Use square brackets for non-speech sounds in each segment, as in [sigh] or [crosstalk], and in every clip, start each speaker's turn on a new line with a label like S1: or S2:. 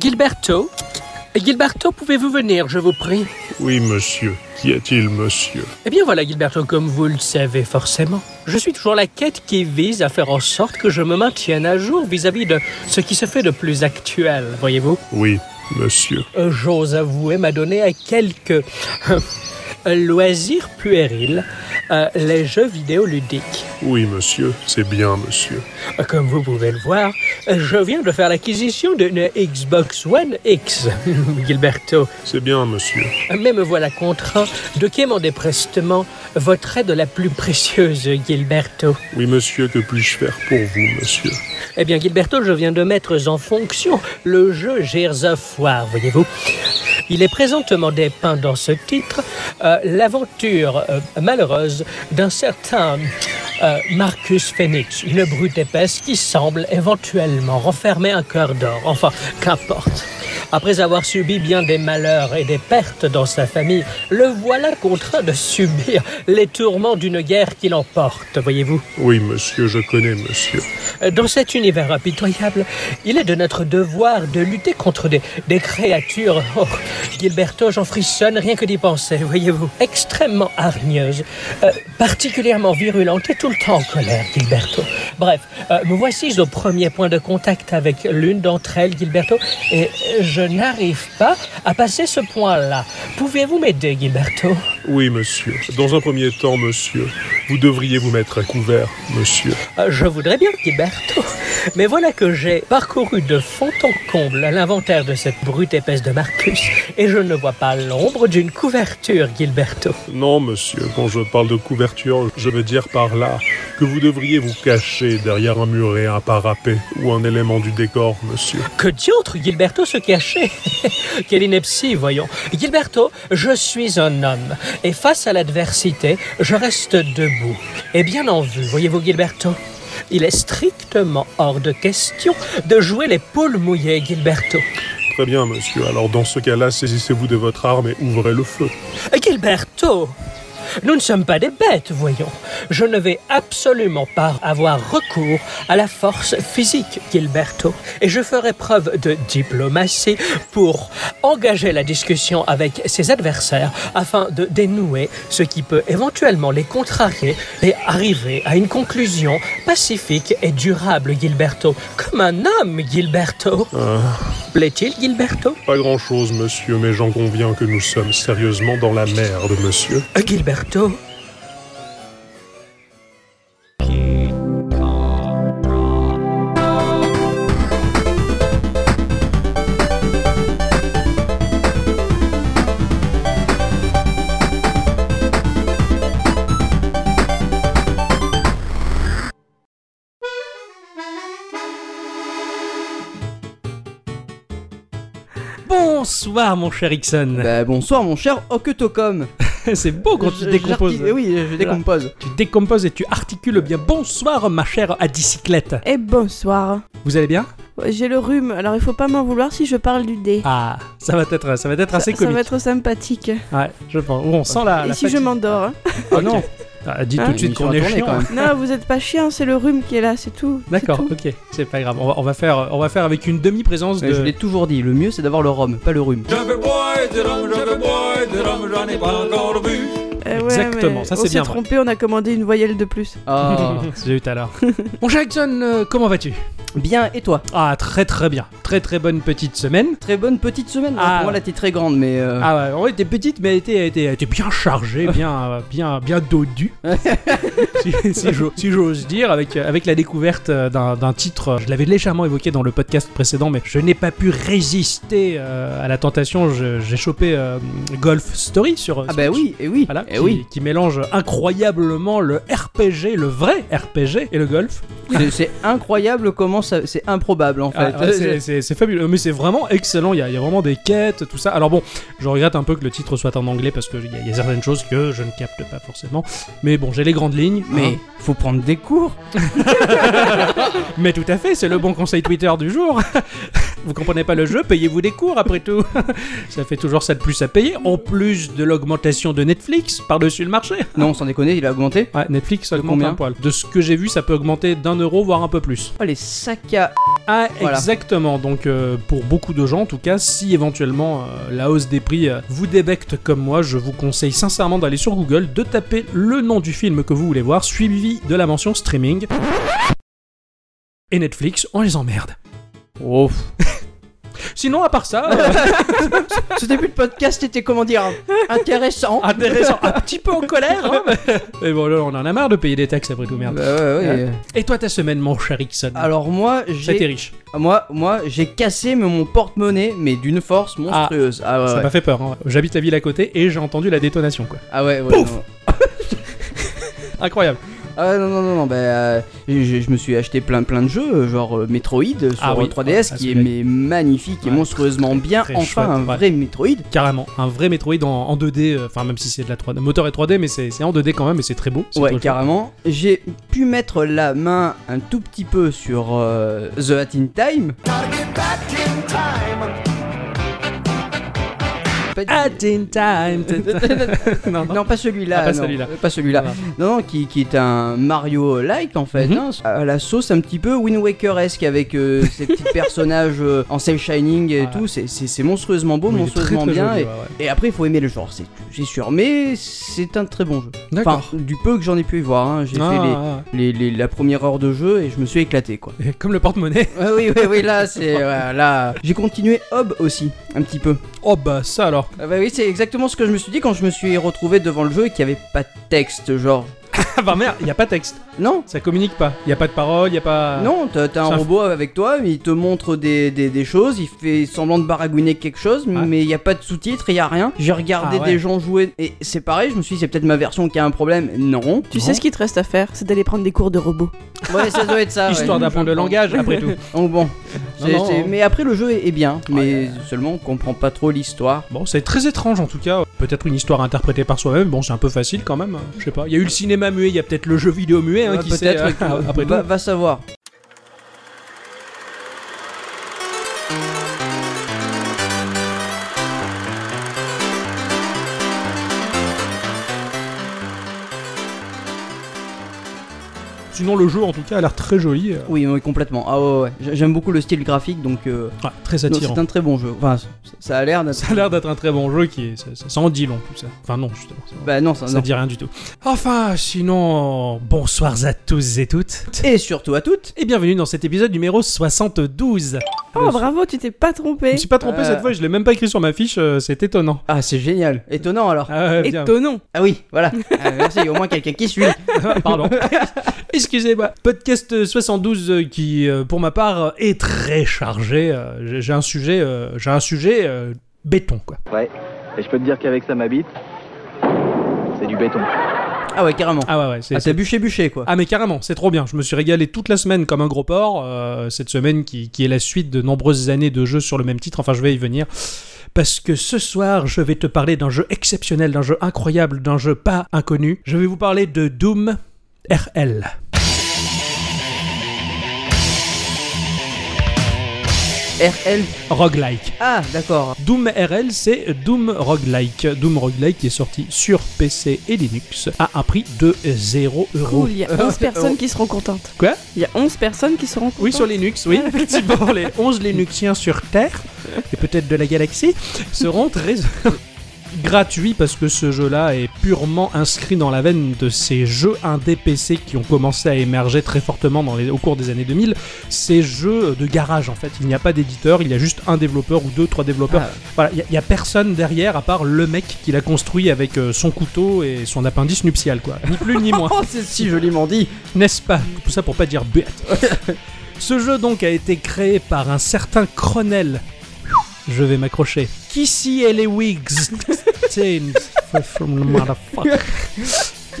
S1: Gilberto Gilberto, pouvez-vous venir, je vous prie
S2: Oui, monsieur. Qu'y a-t-il, monsieur
S1: Eh bien voilà, Gilberto, comme vous le savez forcément, je suis toujours la quête qui vise à faire en sorte que je me maintienne à jour vis-à-vis de ce qui se fait de plus actuel, voyez-vous
S2: Oui, monsieur.
S1: Euh, J'ose avouer m'a donné à quelques euh, [laughs] loisirs puérils euh, les jeux vidéoludiques. Euh,
S2: Oui, monsieur. C'est bien, monsieur.
S1: Comme vous pouvez le voir, euh, je viens de faire l'acquisition d'une Xbox One X, [laughs] Gilberto.
S2: C'est bien, monsieur.
S1: Mais me voilà contraint de quémander prestement votre aide la plus précieuse, Gilberto.
S2: Oui, monsieur, que puis-je faire pour vous, monsieur
S1: Eh bien, Gilberto, je viens de mettre en fonction le jeu Gears of War, voyez-vous. Il est présentement dépeint dans ce titre euh, l'aventure euh, malheureuse d'un certain euh, Marcus Phoenix, une brute épaisse qui semble éventuellement renfermer un cœur d'or. Enfin, qu'importe. Après avoir subi bien des malheurs et des pertes dans sa famille, le voilà contraint de subir les tourments d'une guerre qui l'emporte, voyez-vous.
S2: Oui, monsieur, je connais, monsieur.
S1: Euh, Dans cet univers impitoyable, il est de notre devoir de lutter contre des, des créatures, oh, Gilberto, j'en frissonne rien que d'y penser, voyez-vous, extrêmement hargneuses, euh, particulièrement virulentes et tout le temps en colère, Gilberto. Bref, euh, me voici au premier point de contact avec l'une d'entre elles, Gilberto, et je n'arrive pas à passer ce point-là. Pouvez-vous m'aider, Gilberto
S2: Oui, monsieur. Dans un premier temps, monsieur, vous devriez vous mettre à couvert, monsieur.
S1: Euh, Je voudrais bien, Gilberto. Mais voilà que j'ai parcouru de fond en comble l'inventaire de cette brute épaisse de Marcus, et je ne vois pas l'ombre d'une couverture, Gilberto.
S2: Non, monsieur, quand je parle de couverture, je veux dire par là que vous devriez vous cacher derrière un mur et un parapet ou un élément du décor, monsieur.
S1: Que diantre, Gilberto se cachait [laughs] Quelle ineptie, voyons. Gilberto, je suis un homme, et face à l'adversité, je reste debout, et bien en vue, voyez-vous, Gilberto il est strictement hors de question de jouer les poules mouillées, Gilberto.
S2: Très bien, monsieur. Alors, dans ce cas-là, saisissez-vous de votre arme et ouvrez le feu.
S1: Gilberto Nous ne sommes pas des bêtes, voyons. Je ne vais absolument pas avoir recours à la force physique, Gilberto. Et je ferai preuve de diplomatie pour engager la discussion avec ses adversaires afin de dénouer ce qui peut éventuellement les contrarier et arriver à une conclusion pacifique et durable, Gilberto. Comme un homme, Gilberto.
S2: Ah.
S1: Plaît-il, Gilberto
S2: Pas grand-chose, monsieur, mais j'en conviens que nous sommes sérieusement dans la merde, monsieur.
S1: Euh, Gilberto Bonsoir mon cher Ixon.
S3: Bah, bonsoir mon cher Okutocom.
S1: [laughs] C'est beau quand tu
S3: Ben, Je-
S1: décomposes.
S3: j'arti- eh Oui, je décompose.
S1: Tu décomposes et tu articules bien. Bonsoir ma chère à bicyclette.
S4: Et bonsoir.
S1: Vous allez bien
S4: Eh, J'ai le rhume, alors il faut pas m'en vouloir si je parle du dé.
S1: Ah, ça va être ça va être
S5: Ah,
S1: assez
S4: ça, ça
S1: comique.
S4: va être sympathique.
S1: Ouais, je pense. Oh, on sent
S3: Ah,
S1: la,
S4: Et
S1: la
S4: si je
S1: fatigue.
S4: m'endors hein
S1: Oh non. Ah, dis
S4: Hein
S1: tout de suite
S3: Émission
S1: qu'on
S3: à
S1: est
S3: tourner,
S1: chiant.
S3: quand même.
S4: Non, vous êtes pas chiant, c'est le rhume qui est là, c'est tout.
S1: [laughs]
S4: c'est
S1: D'accord,
S4: tout.
S1: OK, c'est pas grave. On va, on va faire on va faire avec une demi-présence
S3: Mais Je
S1: de
S3: l'ai toujours dit, le mieux c'est d'avoir le rhum, pas le rhume.
S6: Je veux boire du rhum, je veux boire du rhum, j'en ai pas encore bu.
S4: Eh ouais,
S1: Exactement,
S4: mais
S1: ça, c'est bien
S4: On s'est
S1: vrai.
S4: trompé, on a commandé une voyelle de plus.
S1: [laughs]
S3: Ah.
S1: Oh, J'ai eu tout à
S3: [laughs]
S1: l'heure. Mon cher Ixon, euh, comment vas-tu
S3: bien, et toi
S1: Ah, très très bien. Très très bonne petite semaine.
S3: Très bonne petite semaine. hein.
S1: Ah.
S3: Pour moi, là, t'es très grande, mais. euh,
S1: Ah ouais, en vrai, t'es petite, mais elle était, elle était- elle était bien chargée, bien, euh, bien, bien
S3: [laughs]
S1: dodue. si si j'o- si j'ose dire, avec, euh, avec la découverte euh, d'un d'un titre, euh, je l'avais légèrement évoqué dans le podcast précédent, mais je n'ai pas pu résister euh, à la tentation. Je- J'ai chopé euh, Golf Story sur.
S3: Ah
S1: sur-
S3: bah oui, et oui,
S1: Voilà,
S3: eh
S1: qui,
S3: oui.
S1: qui mélange incroyablement le RPG, le vrai RPG, et le golf.
S3: C'est- C'est incroyable comment ça, c'est improbable en fait.
S1: Ah, ouais, c'est- c'est c'est fabuleux, mais c'est vraiment excellent. Il y, a, il y a vraiment des quêtes, tout ça. Alors bon, je regrette un peu que le titre soit en anglais parce qu'il y, a- il y a certaines choses que je ne capte pas forcément. Mais bon, j'ai les grandes lignes.
S3: [laughs] mais
S1: hein.
S3: faut prendre des cours.
S1: mais tout à fait, c'est le bon conseil Twitter du jour. [laughs]
S5: Vous comprenez pas le jeu Payez-vous des cours après tout. ça fait toujours ça de plus à payer, en plus de l'augmentation de Netflix par-dessus le marché.
S3: Non, sans déconner, il a augmenté.
S5: Ouais, Netflix ça augmente
S3: combien
S5: un poil. De ce que j'ai vu, ça peut augmenter d'un euro, voire un peu plus.
S3: Oh, les sacs à...
S5: Ah,
S3: Voilà.
S5: exactement. Donc, euh, pour beaucoup de gens, en tout cas, si éventuellement euh, la hausse des prix euh, vous débecte comme moi, je vous conseille sincèrement d'aller sur Google, de taper le nom du film que vous voulez voir, suivi de la mention streaming. Et Netflix, on les emmerde.
S3: Oh,
S5: Sinon, à part ça,
S3: [laughs]
S5: euh,
S3: Ce début de podcast était,
S1: [laughs]
S3: comment dire, intéressant.
S5: intéressant, un petit peu en
S3: [laughs]
S5: colère. hein, mais... Et bon, là, on en a marre de payer des taxes après tout,
S3: Bah
S5: merde.
S3: ouais, ouais.
S5: Et toi, ta semaine, mon cher Ixon
S3: Alors moi,
S5: C'était
S3: j'ai,
S5: riche.
S3: moi, moi, j'ai cassé mais mon porte-monnaie, mais d'une force monstrueuse. Ah,
S5: Ça
S3: ouais, ouais.
S5: m'a fait peur. hein. J'habite la ville à côté et j'ai entendu la détonation, quoi.
S3: Ah ouais, ouais,
S5: Pouf
S3: non.
S5: Incroyable.
S3: Ah non, non, non, non, bah, euh, je, je me suis acheté plein, plein de jeux, euh, genre euh, Metroid sur
S5: Ah oui.
S3: euh, 3DS,
S5: Ah,
S3: qui est mais
S5: celui-là.
S3: magnifique et
S5: Ouais,
S3: monstrueusement bien.
S5: très
S3: enfin,
S5: chouette,
S3: un
S5: ouais.
S3: vrai Metroid.
S5: Carrément, un vrai Metroid en, en 2D, euh, enfin même si c'est de la 3D, le moteur est 3D mais c'est c'est en 2D quand même et c'est très beau. c'est
S3: Ouais,
S5: très chouette.
S3: carrément. J'ai pu mettre la main un tout petit peu sur euh, The Hat in Time. Pas du-
S5: At in time. non,
S3: [laughs]
S5: non.
S3: Non, pas celui-là.
S5: Ah, pas
S3: non.
S5: celui-là.
S3: Pas celui-là.
S5: Ah.
S3: Non, non, qui, qui est un Mario-like en fait.
S5: Mhm.
S3: hein, à la sauce un petit peu Wind Waker-esque avec
S5: [laughs]
S3: euh, ses petits personnages euh, en cel shining et
S5: Ouais.
S3: tout. C'est- C'est c'est monstrueusement beau,
S5: Oui, il est très,
S3: monstrueusement
S5: très
S3: bien.
S5: joli,
S3: et,
S5: ouais, ouais.
S3: et après, il faut aimer le genre, c'est c'est sûr. Mais c'est un très bon jeu. Enfin,
S5: D'accord.
S3: du peu que j'en ai pu y voir, hein, j'ai fait les-
S5: Ah,
S3: les- les- la première heure de jeu et je me suis éclaté quoi.
S5: ah, ah. Comme le porte-monnaie. [laughs]
S3: Ouais, oui, oui, oui, là [laughs] c'est. ouais, là. J'ai continué Hob aussi, un petit peu.
S5: Oh bah ça alors. [laughs]
S3: Ah bah oui, c'est exactement ce que je me suis dit quand je me suis retrouvé devant le jeu et qu'il n'y avait pas de texte, genre.
S5: Ah bah merde, y a pas de texte,
S3: Non,
S5: ça communique pas, y a pas de parole, y a pas.
S3: Non, t'as t'as
S5: c'est
S3: un
S5: un-
S3: robot avec toi, il te montre des, des- des choses, il fait semblant de baragouiner quelque chose,
S5: Ouais.
S3: mais il n'y a pas de sous-titres, il n'y a rien. J'ai regardé
S5: Ah ouais.
S3: des gens jouer et c'est pareil, je me suis dit, c'est peut-être ma version qui a un problème. Non.
S4: Tu sais ce qu'il te reste à faire C'est d'aller prendre des cours de robot.
S3: Ouais, ça doit être ça. ouais.
S5: [laughs] Histoire d'apprendre le langage après
S3: [laughs]
S5: tout.
S3: Donc bon. C'est-
S5: non, Ah,
S3: c'est-
S5: hein.
S3: Mais après, le jeu est, est bien, mais seulement on comprend pas trop l'histoire.
S5: Bon, c'est très étrange en tout cas. Peut-être une histoire interprétée par soi-même. Bon, c'est un peu facile quand même. Je sais pas. Il y a eu le cinéma muet, il y a peut-être le jeu vidéo muet hein,
S3: Ouais, Bah,
S5: qui sait,
S3: Peut-être.
S5: euh,
S3: que-
S5: après tout.
S3: va, va savoir.
S5: Sinon, le jeu en tout cas a l'air très joli. euh.
S3: Oui, oui, complètement. Ah ouais, ouais. J'a- J'aime beaucoup le style graphique, donc euh,
S5: Ouais, très
S3: non,
S5: attirant.
S3: c'est un très bon jeu. Enfin, c- ça a l'air d'être.
S5: [laughs] Ça a l'air d'être un très bon jeu qui est. Ça, ça- ça en dit long tout ça. Enfin non, justement. Ça,
S3: Bah non, ça,
S5: ça
S3: non.
S5: dit rien du tout. Enfin, sinon, bonsoir à tous et toutes.
S3: Et surtout à toutes.
S5: Et bienvenue dans cet épisode numéro 72.
S4: Oh, bravo, tu t'es pas
S5: Ah, Je
S4: trompé.
S5: me suis pas trompé
S3: Euh.
S5: cette fois, je l'ai même pas écrit sur ma fiche, euh, c'est étonnant.
S3: Ah, c'est génial. Étonnant alors.
S5: Ah ouais, [laughs] bien.
S4: Étonnant.
S3: Ah oui, voilà. Ah, merci, il y a au moins quelqu'un qui suit.
S5: Ah, Pardon. [laughs] Excusez-moi. Podcast 72 euh, qui, euh, pour ma part, euh, est très chargé. Euh, j'ai- J'ai un sujet, euh, j'ai un sujet euh, béton quoi.
S7: Et je peux te dire qu'avec ça ma bite, c'est du béton.
S3: Ah ouais, carrément.
S5: Ah ouais ouais. c'est-
S3: Ah, t'as bûché bûché quoi.
S5: Ah mais carrément, c'est trop bien. Je me suis régalé toute la semaine comme un gros porc. euh, cette semaine qui, qui est la suite de nombreuses années de jeux sur le même titre. Enfin, je vais y venir. Parce que ce soir, je vais te parler d'un jeu exceptionnel, d'un jeu incroyable, d'un jeu pas inconnu. Je vais vous parler de Doom RL. Ah.
S3: RL.
S5: Roguelike.
S3: Ah, d'accord.
S5: Doom RL, c'est Doom Roguelike. Doom Roguelike qui est sorti sur PC et Linux à un prix de 0 euros.
S4: Cool, il y a 11 personnes qui seront contentes.
S5: Quoi
S4: Il y a 11 personnes qui seront contentes.
S5: Oui, sur Linux, oui, [laughs] effectivement, les 11 Linuxiens sur Terre, et peut-être de la galaxie, seront très [laughs] gratuits parce que ce jeu-là est purement inscrit dans la veine de ces jeux indé PC qui ont commencé à émerger très fortement dans les- au cours des années 2000. Ces jeux de garage, en fait. Il n'y a pas d'éditeur, il y a juste un développeur ou deux, trois développeurs.
S3: Ah.
S5: Voilà, il y a- il y, a personne derrière à part le mec qui l'a construit avec euh, son couteau et son appendice nuptial, quoi. Ni plus [laughs] ni moins.
S3: Oh, c'est si joliment dit.
S5: N'est-ce pas Tout ça pour pas dire bête. Ce jeu donc a été créé par un certain Cronel. Je vais m'accrocher. Kissy et les [laughs] Wigs.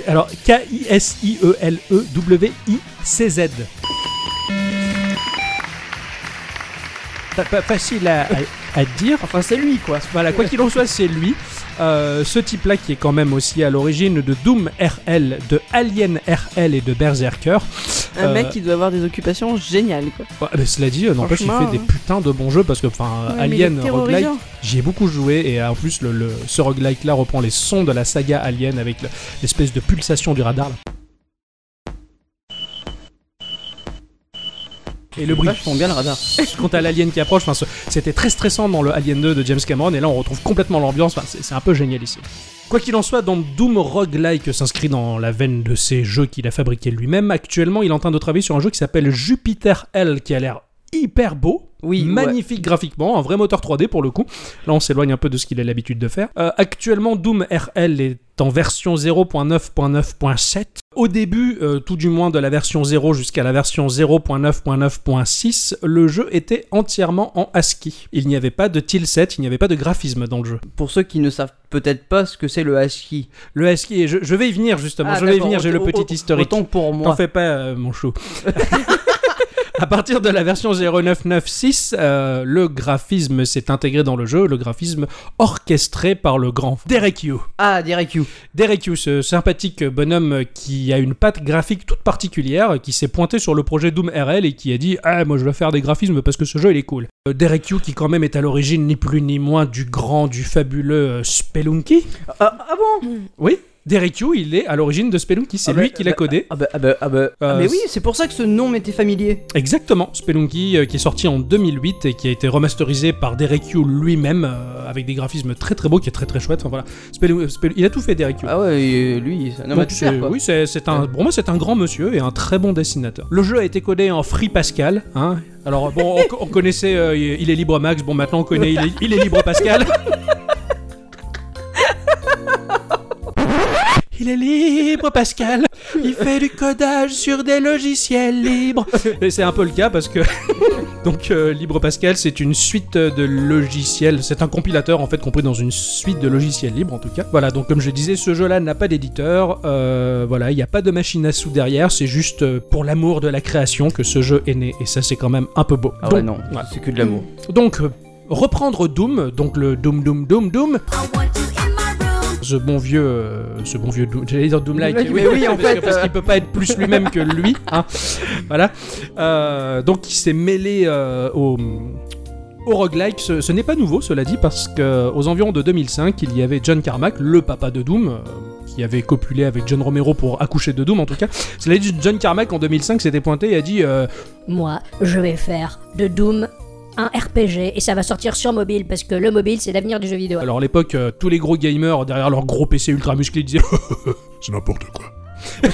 S5: Alors, E K-I-S-I-E-L-E-W-I-C-Z. Pas, pas facile à, à- à dire.
S3: Enfin, c'est lui quoi.
S5: Voilà, quoi qu'il en soit, c'est lui. Euh, ce type-là qui est quand même aussi à l'origine de Doom RL, de Alien RL et de Berserker.
S4: Un
S5: Euh,
S4: mec qui doit avoir des occupations géniales, quoi.
S5: Ouais, mais cela dit, euh, n'empêche, il fait
S4: Franchement,
S5: des
S4: hein.
S5: putains de bons jeux parce que, enfin, euh,
S4: Ouais, mais il est
S5: Alien, Roguelike,
S4: terrorisant.
S5: j'y ai beaucoup joué et euh, en plus, le, le- ce roguelike là reprend les sons de la saga Alien avec le- l'espèce de pulsation du radar. là. Et le bruit.
S3: Vachement bien le radar.
S5: [laughs] Quant à l'alien qui approche, enfin, ce- c'était très stressant dans le Alien 2 de James Cameron, et là on retrouve complètement l'ambiance, enfin, c'est c'est un peu génial ici. Quoi qu'il en soit, donc Doom Roguelike euh, s'inscrit dans la veine de ces jeux qu'il a fabriqués lui-même. Actuellement, il est en train de travailler sur un jeu qui s'appelle Jupiter L, qui a l'air hyper beau,
S3: Oui,
S5: magnifique graphiquement, un vrai moteur 3D pour le coup. Là, on s'éloigne un peu de ce qu'il a l'habitude de faire. Euh, actuellement, Doom RL est en version 0.9.9.7. Au début, euh, tout du moins de la version 0 jusqu'à la version 0.9.9.6, le jeu était entièrement en ASCII. Il n'y avait pas de tilset, il n'y avait pas de graphisme dans le jeu.
S3: Pour ceux qui ne savent peut-être pas ce que c'est le ASCII.
S5: Le ASCII, et je, je vais y venir justement,
S3: Ah,
S5: je vais y
S3: d'accord,
S5: venir, j'ai le
S3: autant-
S5: petit historique.
S3: Autant pour
S5: T'en
S3: moi.
S5: fais pas, euh,
S3: [laughs]
S5: mon chou. [laughs] À partir de la version 0996, euh, le graphisme s'est intégré dans le jeu, le graphisme orchestré par le grand Derek Yu.
S3: Ah, Derek Yu.
S5: Derek Yu, ce sympathique bonhomme qui a une patte graphique toute particulière, qui s'est pointé sur le projet Doom RL et qui a dit Ah, moi je vais faire des graphismes parce que ce jeu il est cool. Euh, Derek Yu, qui quand même est à l'origine ni plus ni moins du grand, du fabuleux euh, Spelunky.
S3: Ah, ah bon
S5: Oui, Derek Yu, il est à l'origine de Spelunky, c'est
S3: Ah bah,
S5: lui qui l'a
S3: bah,
S5: codé.
S3: Ah bah, ah bah, ah bah. Ah
S5: Euh,
S3: mais oui, c'est pour ça que ce nom m'était familier.
S5: Exactement, Spelunky euh, qui est sorti en 2008 et qui a été remasterisé par Derek Yu lui-même euh, avec des graphismes très très beaux qui est très très chouette. Enfin voilà, Spelun- Spelun- il a tout fait Derek Yu.
S3: Ah ouais, et lui, c'est un homme à
S5: Donc
S3: tout
S5: c'est-
S3: faire, quoi.
S5: oui, c'est c'est un, pour moi c'est un grand monsieur et un très bon dessinateur. Le jeu a été codé en Free Pascal. Hein. Alors bon, on, on connaissait euh, il est libre Max, bon maintenant on connaît il est, il est libre Pascal. [laughs] Il est libre Pascal, il fait du codage sur des logiciels libres. Et c'est un peu le cas parce que [laughs] donc euh, Libre Pascal, c'est une suite euh, de logiciels, c'est un compilateur en fait compris dans une suite de logiciels libres en tout cas. Voilà, donc comme je disais, ce jeu-là n'a pas d'éditeur, euh, voilà, il n'y a pas de machine à sous derrière, c'est juste euh, pour l'amour de la création que ce jeu est né, et ça c'est quand même un peu beau.
S3: Ah
S5: donc,
S3: ouais, non,
S5: ouais.
S3: c'est que de
S5: [laughs]
S3: l'amour.
S5: donc, euh, reprendre Doom, donc le Doom Doom Doom Doom, ce bon vieux, euh, ce bon vieux Doom, j'allais dire Doom-like,
S3: Doom-like, mais oui, en
S5: parce, que-
S3: fait,
S5: parce
S3: euh.
S5: qu'il peut pas être plus lui-même que lui, hein. voilà. Euh, donc il s'est mêlé euh, au au roguelike, ce, ce n'est pas nouveau, cela dit, parce que aux environs de 2005, il y avait John Carmack, le papa de Doom, euh, qui avait copulé avec John Romero pour accoucher de Doom, en tout cas. Cela dit, John Carmack en 2005 s'était pointé et a dit euh,
S8: Moi, je vais faire de Doom un RPG et ça va sortir sur mobile parce que le mobile c'est l'avenir du jeu vidéo.
S5: Alors à l'époque, euh, tous les gros gamers derrière leur gros PC ultra musclé disaient
S2: C'est n'importe quoi.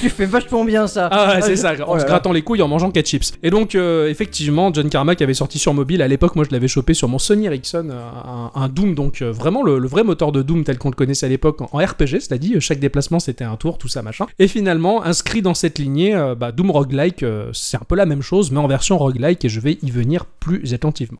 S3: tu fais vachement bien ça.
S5: Ah ouais, c'est ça, en
S3: Oh là
S5: se
S3: là.
S5: grattant les couilles en mangeant 4 chips. Et donc euh, effectivement, John Carmack avait sorti sur mobile, à l'époque moi je l'avais chopé sur mon Sony Ericsson, euh, un, un Doom, donc euh, vraiment le, le vrai moteur de Doom tel qu'on le connaissait à l'époque en, en RPG, c'est-à-dire euh, chaque déplacement c'était un tour, tout ça machin. Et finalement, inscrit dans cette lignée, euh, bah, Doom Roguelike, euh, c'est un peu la même chose, mais en version roguelike, et je vais y venir plus attentivement.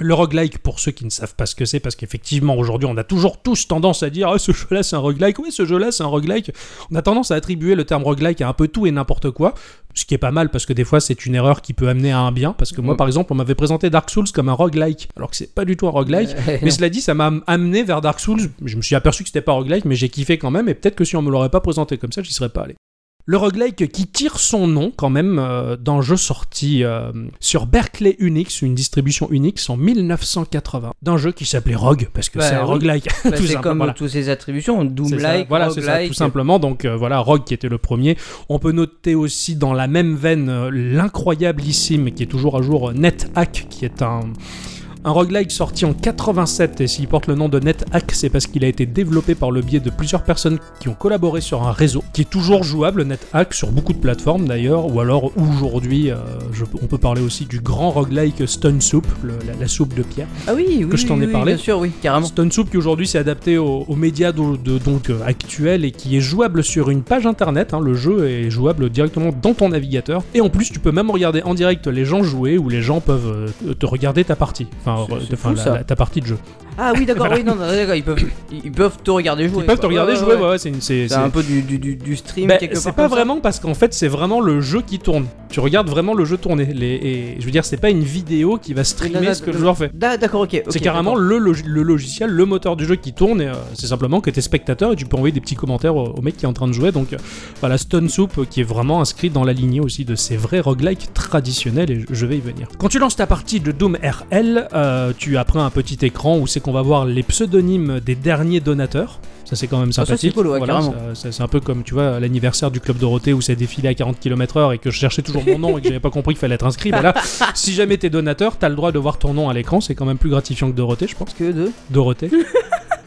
S5: Le roguelike, pour ceux qui ne savent pas ce que c'est, parce qu'effectivement aujourd'hui on a toujours tous tendance à dire Ah, ce jeu-là c'est un roguelike, oui ce jeu-là c'est un roguelike. On a tendance à attribuer le terme roguelike à un peu tout et n'importe quoi, ce qui est pas mal parce que des fois c'est une erreur qui peut amener à un bien. Parce que moi
S3: Mm.
S5: par exemple on m'avait présenté Dark Souls comme un roguelike, alors que c'est pas du tout un roguelike.
S3: Euh,
S5: Mais cela dit, ça m'a amené vers Dark Souls. Je me suis aperçu que c'était pas roguelike, mais j'ai kiffé quand même. Et peut-être que si on me l'aurait pas présenté comme ça, j'y serais pas allé. Le roguelike qui tire son nom quand même euh, d'un jeu sorti euh, sur Berkeley Unix, une distribution Unix en 1980, d'un jeu qui s'appelait Rogue parce que
S3: Bah,
S5: c'est un
S3: oui.
S5: roguelike. [laughs]
S3: Bah,
S5: tout
S3: c'est
S5: simple,
S3: comme
S5: voilà.
S3: toutes ces attributions,
S5: C'est ça,
S3: Doom-like,
S5: voilà, c'est ça,
S3: roguelike.
S5: tout simplement. Donc euh, voilà, Rogue qui était le premier. On peut noter aussi dans la même veine euh, l'incroyable Issim qui est toujours à jour euh, NetHack, qui est un un roguelike sorti en 87 et s'il porte le nom de NetHack, c'est parce qu'il a été développé par le biais de plusieurs personnes qui ont collaboré sur un réseau qui est toujours jouable, NetHack, sur beaucoup de plateformes d'ailleurs, ou alors aujourd'hui, euh, je- on peut parler aussi du grand roguelike Stone Soup, le- la- la soupe de pierre.
S3: Ah oui, oui,
S5: Que je t'en ai
S3: oui, oui,
S5: parlé.
S3: Bien sûr, oui, carrément.
S5: Stone Soup qui aujourd'hui s'est adapté au- aux médias do- de- donc euh, actuels et qui est jouable sur une page internet. hein. le jeu est jouable directement dans ton navigateur et en plus tu peux même regarder en direct les gens jouer ou les gens peuvent euh, te regarder ta partie, enfin,
S3: C'est-
S5: euh,
S3: c'est
S5: enfin,
S3: fou,
S5: la-
S3: ça.
S5: la- ta partie de jeu.
S3: Ah oui, d'accord, oui, non, non, d'accord, ils peuvent, ils peuvent te regarder jouer.
S5: Ils peuvent te
S3: quoi.
S5: regarder
S3: Ouais,
S5: jouer,
S3: ouais,
S5: ouais, ouais, c'est une- c'est-
S3: C'est
S5: c'est-
S3: un peu du, du, du, du stream
S5: Ben,
S3: quelque part.
S5: c'est
S3: comme
S5: pas
S3: ça.
S5: vraiment parce qu'en fait c'est vraiment le jeu qui tourne. Tu regardes vraiment le jeu tourner. Les, et, je veux dire, c'est pas une vidéo qui
S3: Non,
S5: va
S3: non,
S5: streamer ce que le
S3: non.
S5: joueur fait.
S3: Da- D'accord, ok. ok,
S5: c'est carrément
S3: d'accord.
S5: le, log- le logiciel, le moteur du jeu qui tourne. Et, euh, c'est simplement que t'es spectateur et tu peux envoyer des petits commentaires au, au mec qui est en train de jouer. Donc euh, voilà, Stone Soup euh, qui est vraiment inscrit dans la lignée aussi de ces vrais roguelikes traditionnels et je- je vais y venir. Quand tu lances ta partie de Doom RL, euh, tu apprends un petit écran où c'est qu'on va voir les pseudonymes des derniers donateurs. Ça c'est quand même
S3: ça, c'est
S5: sympathique.
S3: cool, ouais,
S5: Voilà,
S3: carrément.
S5: ça- ça- c'est un peu comme tu vois l'anniversaire du club Dorothée où c'est défilé à 40 km/h et que je cherchais toujours mon nom et que j'avais pas compris qu'il fallait être inscrit.
S3: [laughs]
S5: Bah là, si jamais t'es donateur, t'as le droit de voir ton nom à l'écran. C'est quand même plus gratifiant que Dorothée, je pense.
S3: Parce que deux. [laughs]
S5: Dorothée.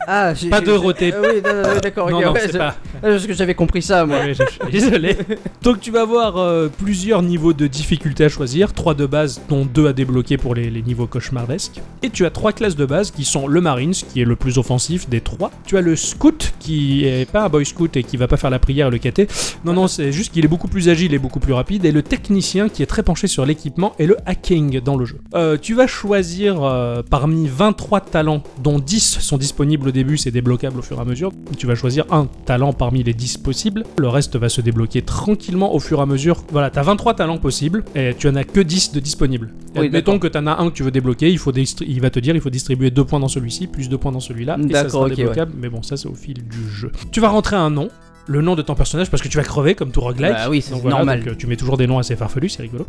S3: Ah, j'ai-
S5: Pas
S3: j'ai-
S5: de
S3: j'ai-
S5: roté.
S3: Ah oui, non, non, non, d'accord,
S5: non,
S3: ok,
S5: non,
S3: ouais,
S5: c'est
S3: c'est-
S5: pas.
S3: Ah, Parce que j'avais compris ça, moi.
S5: Ouais, je
S3: [laughs]
S5: suis désolé. Donc tu vas voir euh, plusieurs niveaux de difficulté à choisir, trois de base dont deux à débloquer pour les, les niveaux cauchemardesques. Et tu as trois classes de base qui sont le Marines qui est le plus offensif des trois. Tu as le Scout qui est pas un boy scout et qui va pas faire la prière et le caté. Non non, c'est juste qu'il est beaucoup plus agile et beaucoup plus rapide et le technicien qui est très penché sur l'équipement et le hacking dans le jeu. Euh, tu vas choisir euh, parmi 23 talents dont 10 sont disponibles au début, c'est débloquable au fur et à mesure. Tu vas choisir un talent parmi les 10 possibles. Le reste va se débloquer tranquillement au fur et à mesure. Voilà, t'as 23 talents possibles et tu en as que 10 de disponibles. Et
S3: Oui,
S5: admettons que t'en as un que tu veux débloquer, il, faut distri- il va te dire il faut distribuer 2 points dans celui-ci, plus 2 points dans celui-là. Et ça
S3: D'accord,
S5: sera
S3: ok, ouais.
S5: débloquable, mais bon, ça c'est au fil du jeu. Tu vas rentrer un nom, le nom de ton personnage parce que tu vas crever comme tout roguelike.
S3: Bah oui, c'est
S5: Donc voilà,
S3: normal.
S5: donc, euh, tu mets toujours des noms assez farfelus, c'est rigolo.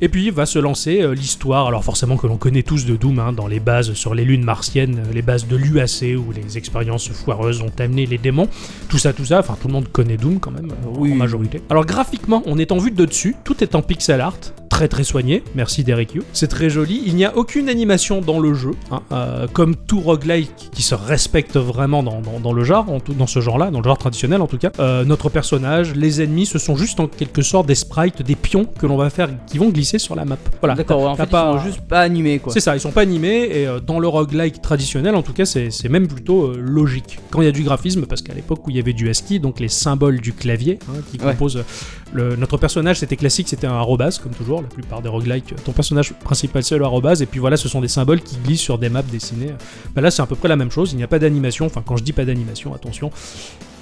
S5: Et puis va se lancer euh, l'histoire, alors forcément que l'on connaît tous de Doom, hein, dans les bases sur les lunes martiennes, euh, les bases de l'UAC où les expériences foireuses ont amené les démons, tout ça, tout ça, enfin tout le monde connaît Doom quand même, euh,
S3: Oui.
S5: en majorité. Alors graphiquement, on est en vue de dessus, tout est en pixel art, très très soigné, merci Derek Yu, c'est très joli, il n'y a aucune animation dans le jeu, hein, euh, comme tout roguelike qui se respecte vraiment dans, dans- dans le genre, en tout- dans ce genre-là, dans le genre traditionnel en tout cas, euh, notre personnage, les ennemis, ce sont juste en quelque sorte des sprites, des pions que l'on va faire, qui vont glisser sur la map. Voilà,
S3: D'accord, ouais, en
S5: t'as
S3: fait,
S5: pas-
S3: ils sont juste pas animés, quoi.
S5: c'est ça, ils sont pas animés et euh, dans le roguelike traditionnel, en tout cas, c'est c'est même plutôt euh, logique. Quand il y a du graphisme, parce qu'à l'époque où il y avait du ASCII, donc les symboles du clavier hein, qui
S3: Ouais.
S5: composent euh, le- notre personnage, c'était classique, c'était un arrobase comme toujours, la plupart des roguelikes. euh, Ton personnage principal c'est le arrobase et puis voilà, ce sont des symboles qui glissent sur des maps dessinées. Bah là, c'est à peu près la même chose. Il n'y a pas d'animation. Enfin, quand je dis pas d'animation, attention.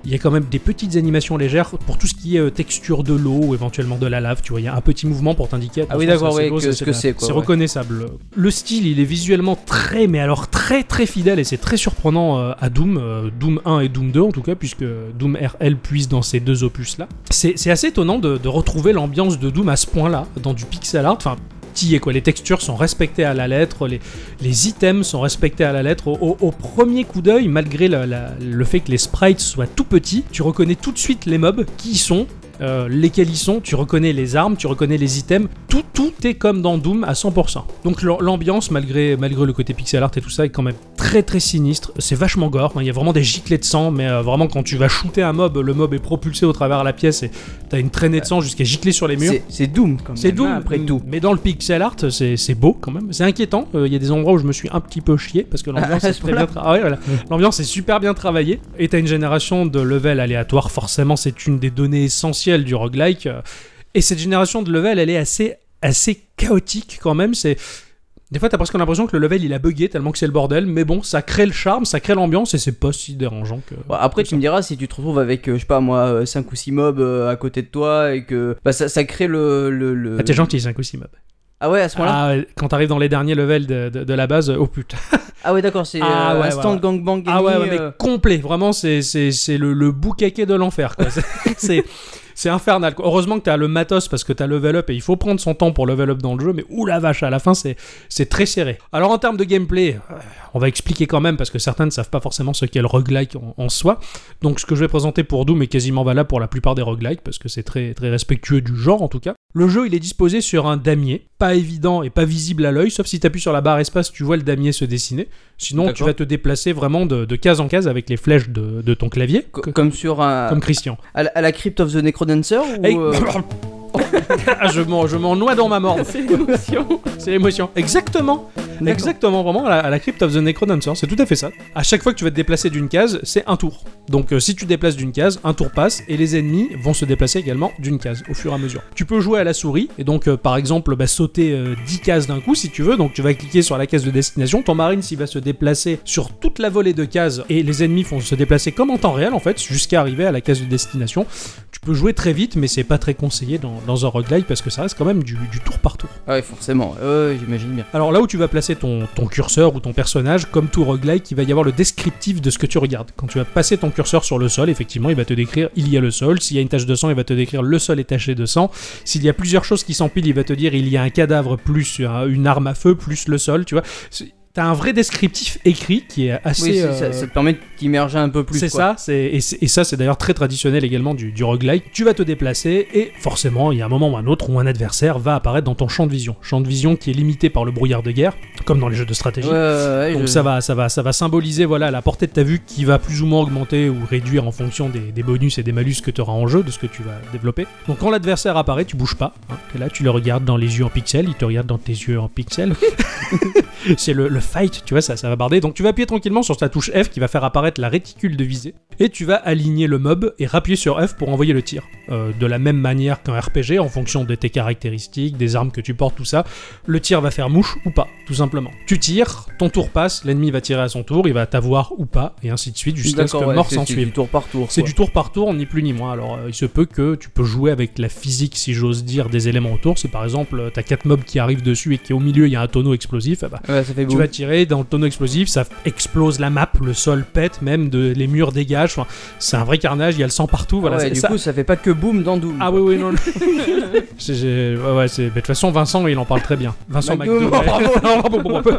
S5: Il y a quand même des petites animations légères pour tout ce qui est euh, texture de l'eau ou éventuellement de la lave. Tu vois, il y a un petit mouvement pour t'indiquer.
S3: Ah oui,
S5: attention,
S3: d'accord,
S5: ça, c'est
S3: ouais,
S5: beau,
S3: que-
S5: ça,
S3: ce que
S5: de la-
S3: c'est, quoi,
S5: C'est
S3: ouais.
S5: reconnaissable. Le style, il est visuellement très, mais alors très, très fidèle et c'est très surprenant euh, à Doom, euh, Doom 1 et Doom 2 en tout cas, puisque Doom RL puise dans ces deux opus-là. C'est c'est assez étonnant de, de retrouver l'ambiance de Doom à ce point-là, dans du pixel art. Enfin, petit et quoi, les textures sont respectées à la lettre, les, les items sont respectés à la lettre. Au, au- au premier coup d'œil, malgré la- la- le fait que les sprites soient tout petits, tu reconnais tout de suite les mobs, qui ils sont, euh, lesquels ils sont, tu reconnais les armes, tu reconnais les items. Tout, tout est comme dans Doom à 100%. Donc l'am- l'ambiance, malgré, malgré le côté pixel art et tout ça, est quand même très très sinistre. C'est vachement gore. hein. Il y a vraiment des giclées de sang, mais euh, vraiment quand tu vas shooter un mob, le mob est propulsé au travers de la pièce et t'as une traînée de sang jusqu'à gicler sur les murs.
S3: C'est- C'est Doom, quand même.
S5: C'est Doom,
S3: hein, après tout.
S5: Mais dans le pixel art, c'est c'est beau quand même. C'est inquiétant. Euh, Il y a des endroits où je me suis un petit peu chié
S3: [laughs]
S5: parce que l'ambiance
S3: Ah, à
S5: est
S3: ce
S5: très bien.
S3: point-là
S5: tra- Ah ouais, voilà. L'ambiance est super bien travaillée. Et t'as une génération de level aléatoire. Forcément, c'est une des données essentielles du roguelike. Euh, Et cette génération de level, elle est assez, assez chaotique quand même. C'est des fois, t'as presque l'impression que le level il a bugué tellement que c'est le bordel, mais bon, ça crée le charme, ça crée l'ambiance et c'est pas si dérangeant que.
S3: Bon, après, tu me diras si tu te retrouves avec, euh, je sais pas moi, 5 ou 6 mobs euh, à côté de toi et que bah, ça, ça crée le. le, le-
S5: Ah, t'es gentil, 5 ou 6 mobs.
S3: Ah ouais, à ce moment-là
S5: Ah, quand t'arrives dans les derniers levels de, de- de la base, oh putain.
S3: Ah, ouais, d'accord, c'est
S5: Ah
S3: euh,
S5: ouais,
S3: instant
S5: voilà.
S3: gangbang.
S5: Ah ouais,
S3: enemy,
S5: ouais, mais
S3: euh,
S5: complet, vraiment, c'est, c'est, c'est le, le boucaquet de l'enfer. quoi. [laughs] C'est- c'est, c'est infernal. quoi. Heureusement que t'as le matos parce que t'as level up et il faut prendre son temps pour level up dans le jeu, mais ouh la vache, à la fin, c'est, c'est très serré. Alors en termes de gameplay, euh, on va expliquer quand même parce que certains ne savent pas forcément ce qu'est le roguelike en, en soi. Donc ce que je vais présenter pour Doom est quasiment valable pour la plupart des roguelikes parce que c'est très, très respectueux du genre en tout cas. Le jeu, il est disposé sur un damier, pas évident et pas visible à l'œil, sauf si t'appuies sur la barre espace, tu vois le damier se dessiner. Sinon, tu
S3: D'accord.
S5: vas te déplacer vraiment de, de case en case avec les flèches de, de ton clavier,
S3: co- Ah.
S5: co-
S3: Comme sur un.
S5: comme Christian.
S3: À, la, à la Crypt of the Necrodancer ou,
S5: Hey,
S3: euh,
S5: [laughs] Ah, je m'en je m'en noie dans ma mort.
S4: C'est l'émotion.
S5: C'est l'émotion. Exactement. Exactement, vraiment, à la, à la Crypt of the Necrodancer, c'est tout à fait ça. À chaque fois que tu vas te déplacer d'une case, c'est un tour. Donc euh, si tu déplaces d'une case, un tour passe et les ennemis vont se déplacer également d'une case au fur et à mesure. Tu peux jouer à la souris et donc euh, par exemple bah, sauter euh, 10 cases d'un coup si tu veux. Donc tu vas cliquer sur la case de destination. Ton marine s'il va se déplacer sur toute la volée de cases et les ennemis vont se déplacer comme en temps réel en fait jusqu'à arriver à la case de destination. Tu peux jouer très vite mais c'est pas très conseillé dans, dans un roguelike parce que ça reste quand même du, du tour par tour.
S3: Ah ouais, forcément. Euh, j'imagine bien.
S5: Alors là où tu vas placer ton, ton curseur ou ton personnage, comme tout roguelike, il va y avoir le descriptif de ce que tu regardes. Quand tu vas passer ton curseur sur le sol, effectivement, il va te décrire il y a le sol. S'il y a une tache de sang, il va te décrire le sol est taché de sang. S'il y a plusieurs choses qui s'empilent, il va te dire il y a un cadavre plus un- une arme à feu plus le sol, tu vois. C'est- T'as un vrai descriptif écrit qui est assez.
S3: Oui, c'est-
S5: euh,
S3: ça, ça te permet de t'immerger un peu plus.
S5: c'est
S3: quoi.
S5: ça, c'est- et, c'est- et ça c'est d'ailleurs très traditionnel également du, du roguelike. Tu vas te déplacer et forcément il y a un moment ou un autre où un adversaire va apparaître dans ton champ de vision. Champ de vision qui est limité par le brouillard de guerre, comme dans les jeux de stratégie.
S3: Ouais, ouais, ouais,
S5: Donc
S3: je-
S5: ça va, ça va, ça va symboliser voilà la portée de ta vue qui va plus ou moins augmenter ou réduire en fonction des, des bonus et des malus que tu auras en jeu, de ce que tu vas développer. Donc quand l'adversaire apparaît, tu bouges pas. hein. et là, tu le regardes dans les yeux en pixels, il te regarde dans tes yeux en pixels. C'est le, le fight, tu vois, ça, ça va barder. Donc tu vas appuyer tranquillement sur ta touche F qui va faire apparaître la réticule de visée et tu vas aligner le mob et rappuyer sur F pour envoyer le tir. Euh, de la même manière qu'un RPG, en fonction de tes caractéristiques, des armes que tu portes, tout ça, le tir va faire mouche ou pas, tout simplement. Tu tires, ton tour passe, l'ennemi va tirer à son tour, il va t'avoir ou pas, et ainsi de suite, jusqu'à ce
S3: D'accord,
S5: que
S3: ouais,
S5: mort
S3: c'est-
S5: s'en
S3: c'est
S5: suive.
S3: du tour par tour.
S5: C'est
S3: quoi.
S5: du tour par tour, ni plus ni moins. Alors, euh, il se peut que tu peux jouer avec la physique, si j'ose dire, des éléments autour. Si par exemple, euh, t'as quatre mobs qui arrivent dessus et qu'au milieu, il y a un tonneau explosif, eh bah,
S3: Ouais, ça fait
S5: tu
S3: beau.
S5: vas tirer dans le tonneau explosif, ça explose la map, le sol pète, même de, les murs dégagent. Enfin, c'est un vrai carnage, il y a le sang partout. Voilà,
S3: Ah ouais,
S5: c'est-
S3: du
S5: ça-
S3: coup, ça fait pas que boom dans Doom.
S5: ah oui, oui, [laughs] non. non. J'ai- j'ai- ouais, ouais, c'est- mais de toute façon, Vincent, il en parle très bien. Vincent
S3: McDo,
S5: McDo. ouais. [laughs] Non, Bah, bravo, bravo.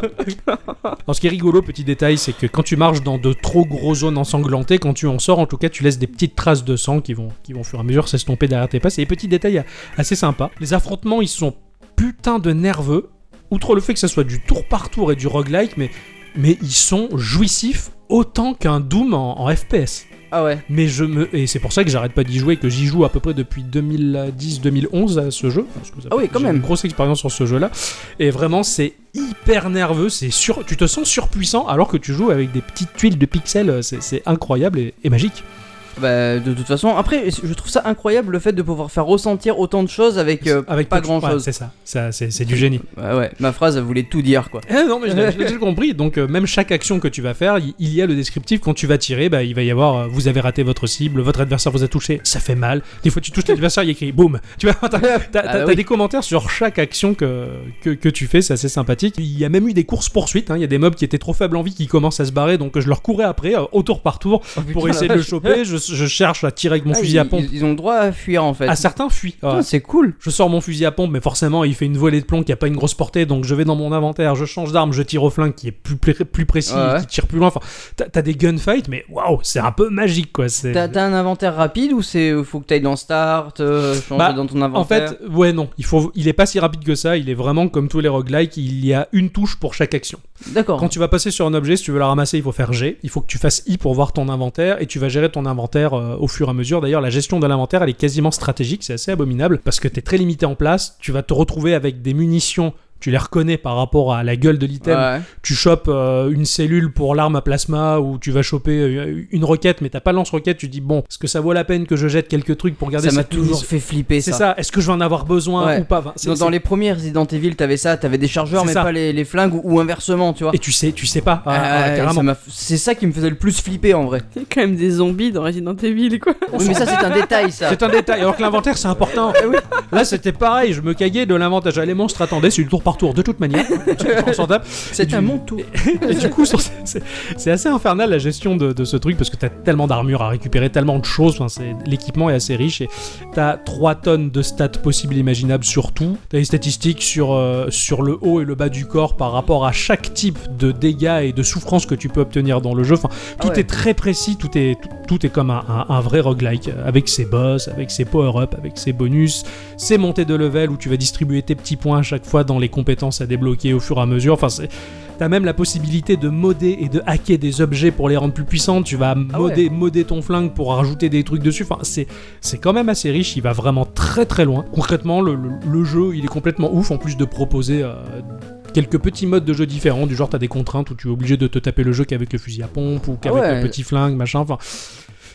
S5: Alors, ce qui est rigolo, petit détail, c'est que quand tu marches dans de trop grosses zones ensanglantées, quand tu en sors, en tout cas, tu laisses des petites traces de sang qui vont, qui vont au fur et à mesure s'estomper derrière tes pas. C'est des petits détails assez sympas. Les affrontements, ils sont putain de nerveux. Outre le fait que ça soit du tour par tour et du roguelike, mais, mais ils sont jouissifs autant qu'un Doom en- en FPS.
S3: Ah ouais.
S5: Mais je me et c'est pour ça que j'arrête pas d'y jouer, que j'y joue à peu près depuis 2010-2011 à ce jeu. Parce que ça
S3: Ah oui,
S5: fait-
S3: quand
S5: j'ai
S3: même.
S5: Une grosse expérience sur ce jeu-là. Et vraiment, c'est hyper nerveux. C'est sur, tu te sens surpuissant alors que tu joues avec des petites tuiles de pixels. C'est, c'est incroyable et, et magique.
S3: Bah, de toute façon, après, je trouve ça incroyable le fait de pouvoir faire ressentir autant de choses avec, euh, pas
S5: peu de-
S3: grand
S5: ouais,
S3: chose.
S5: c'est ça. ça c'est, c'est du génie.
S3: Ouais, ouais, ma phrase, elle voulait tout dire quoi.
S5: Ah non, mais je l'ai- je l'ai j'ai compris. Donc, euh, même chaque action que tu vas faire, il, il y a le descriptif. Quand tu vas tirer, bah, il va y avoir euh, vous avez raté votre cible, votre adversaire vous a touché, ça fait mal. Des fois, tu touches l'adversaire, il écrit boum. Tu vois, t'as t'as- t'as-
S3: Ah
S5: t'as
S3: oui.
S5: des commentaires sur chaque action que, que, que tu fais, c'est assez sympathique. Il y a même eu des courses-poursuites. hein. Il y a des mobs qui étaient trop faibles en vie qui commencent à se barrer, donc je leur courais après, euh, au tour par tour,
S3: Oh,
S5: pour
S3: putain,
S5: essayer
S3: la
S5: de le
S3: vache.
S5: choper. Je, je cherche à tirer avec mon
S3: Ah,
S5: fusil à
S3: ils-
S5: pompe.
S3: Ils, ils ont le droit à fuir en fait.
S5: À certains fuient. Ouais.
S3: Putain, c'est cool.
S5: Je sors mon fusil à pompe, mais forcément, il fait une volée de plomb qui a pas une grosse portée, donc je vais dans mon inventaire, je change d'arme, je tire au flingue qui est plus, pré- plus précis,
S3: Ouais, ouais.
S5: qui tire plus loin. Enfin, t'as t'as des gunfights, mais waouh, c'est un peu magique, quoi. C'est.
S3: T'as t'as un inventaire rapide ou c'est euh, faut que t'ailles dans Start, euh, changer
S5: Bah,
S3: dans ton inventaire
S5: En fait, ouais, non, il faut, il est pas si rapide que ça. Il est vraiment comme tous les roguelikes, il y a une touche pour chaque action.
S3: d'accord.
S5: Quand tu vas passer sur un objet, si tu veux le ramasser, il faut faire G. Il faut que tu fasses I pour voir ton inventaire et tu vas gérer ton inventaire euh, au fur et à mesure. D'ailleurs, la gestion de l'inventaire, elle est quasiment stratégique. C'est assez abominable parce que t'es très limité en place. Tu vas te retrouver avec des munitions. Tu les reconnais par rapport à la gueule de l'item.
S3: Ouais.
S5: Tu chopes euh, une cellule pour l'arme à plasma ou tu vas choper euh, une roquette, mais t'as pas de lance-roquette. Tu dis bon, est-ce que ça vaut la peine que je jette quelques trucs pour garder
S3: Ça m'a
S5: cette
S3: toujours
S5: munition
S3: fait flipper
S5: C'est
S3: ça.
S5: ça. Est-ce que je vais en avoir besoin
S3: Ouais.
S5: ou pas Enfin, c'est-
S3: Dans, dans
S5: c'est-
S3: les premières Resident Evil, t'avais ça, t'avais des chargeurs
S5: C'est
S3: mais
S5: ça.
S3: pas les, les flingues ou, ou inversement, tu vois.
S5: Et tu sais, tu sais pas. Ah,
S3: Ah,
S5: ah,
S3: ouais,
S5: carrément.
S3: ça m'a- c'est ça qui me faisait le plus flipper en vrai.
S4: Il y a quand même des zombies dans Resident Evil, quoi.
S3: Oui, mais ça c'est un détail ça.
S5: C'est un détail, alors que l'inventaire c'est important. Là c'était pareil, je me caguais de l'inventaire. J'allais, Les monstres attendaient, c'est du tour par tour, de toute manière. On s'en tape.
S3: C'est un mon tour.
S5: Et du coup, sur- c'est c'est assez infernal la gestion de, de ce truc parce que t'as tellement d'armures à récupérer, tellement de choses. Enfin, c'est- L'équipement est assez riche et t'as 3 tonnes de stats possibles et imaginables sur tout. T'as les statistiques sur, euh, sur le haut et le bas du corps par rapport à chaque type de dégâts et de souffrance que tu peux obtenir dans le jeu. Enfin, tout
S3: Ah ouais.
S5: est très précis, tout est, tout, tout est comme un, un- un vrai roguelike avec ses boss, avec ses power-up, avec ses bonus, ses montées de level où tu vas distribuer tes petits points à chaque fois dans les compétences à débloquer au fur et à mesure. Enfin, c'est T'as même la possibilité de modder et de hacker des objets pour les rendre plus puissants. Tu
S3: Ah
S5: vas modder, modder ton flingue pour rajouter des trucs dessus. Enfin, c'est, c'est quand même assez riche. Il va vraiment très très loin. Concrètement, le, le- le jeu, il est complètement ouf. En plus de proposer euh, quelques petits modes de jeu différents, du genre t'as des contraintes où tu es obligé de te taper le jeu qu'avec le fusil à pompe ou qu'avec
S3: Ah Ouais.
S5: le petit flingue, machin. Enfin,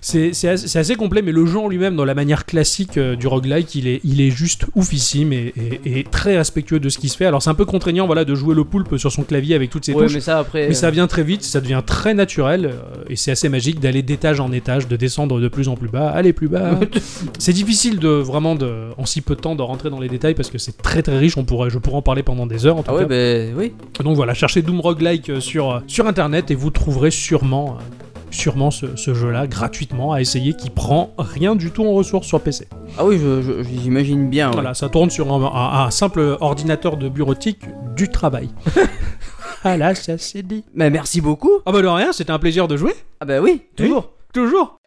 S5: c'est c'est assez, c'est assez complet, mais le jeu en lui-même, dans la manière classique euh, du roguelike, il est, il est juste oufissime et, et- et très respectueux de ce qui se fait. Alors c'est un peu contraignant voilà, de jouer le poulpe sur son clavier avec toutes ses
S3: Ouais,
S5: touches,
S3: mais ça après. euh.
S5: mais ça vient très vite, ça devient très naturel euh, et c'est assez magique d'aller d'étage en étage, de descendre de plus en plus bas, aller
S3: [laughs]
S5: plus bas. c'est difficile de vraiment de, en si peu de temps de rentrer dans les détails parce que c'est très très riche. On pourrait, je pourrais en parler pendant des heures en tout
S3: Ah
S5: cas.
S3: ouais, bah oui.
S5: Donc voilà, cherchez Doom Roguelike euh, sur, euh, sur internet et vous trouverez sûrement, euh, sûrement ce, ce jeu-là gratuitement à essayer qui prend rien du tout en ressources sur PC.
S3: Ah oui, je- je- j'imagine bien. ouais.
S5: Voilà, ça tourne sur un, un- un simple ordinateur de bureautique du [laughs] travail. ah là, ça c'est dit.
S3: Mais merci beaucoup.
S5: Ah bah de rien, c'était un plaisir de jouer.
S3: Ah bah oui, toujours.
S5: Toujours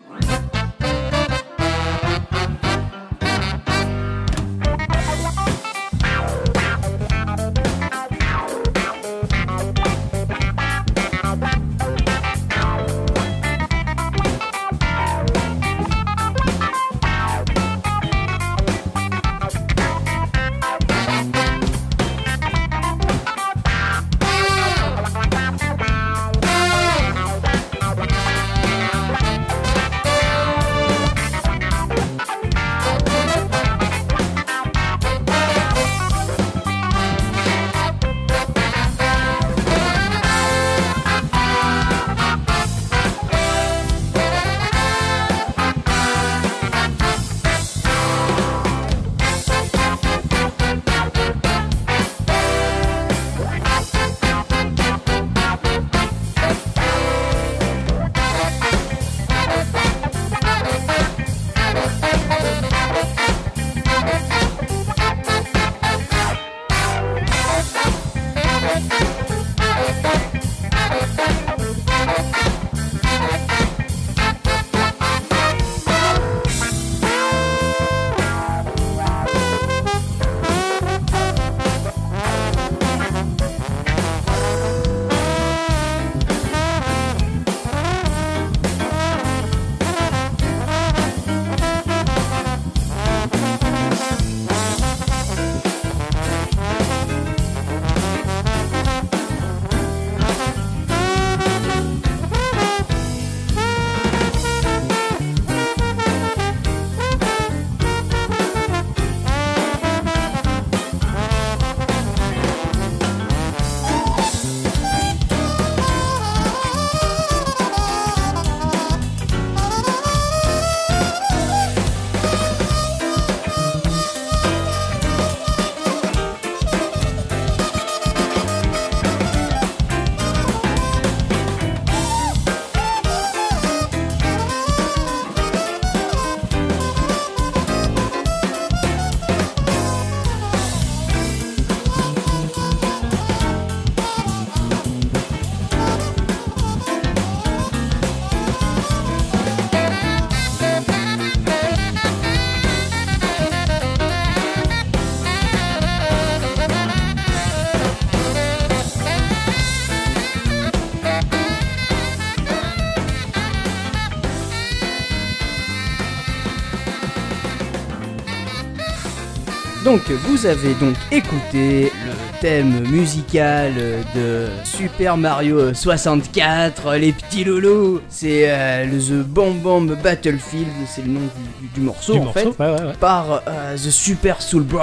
S3: Donc vous avez donc écouté le thème musical de Super Mario 64, les petits loulous. C'est euh, le The Bomb Bomb Battlefield, c'est le nom du, du- du morceau
S5: Du
S3: en
S5: morceau,
S3: fait,
S5: ouais, ouais, ouais.
S3: par euh, The Super Soul Bros.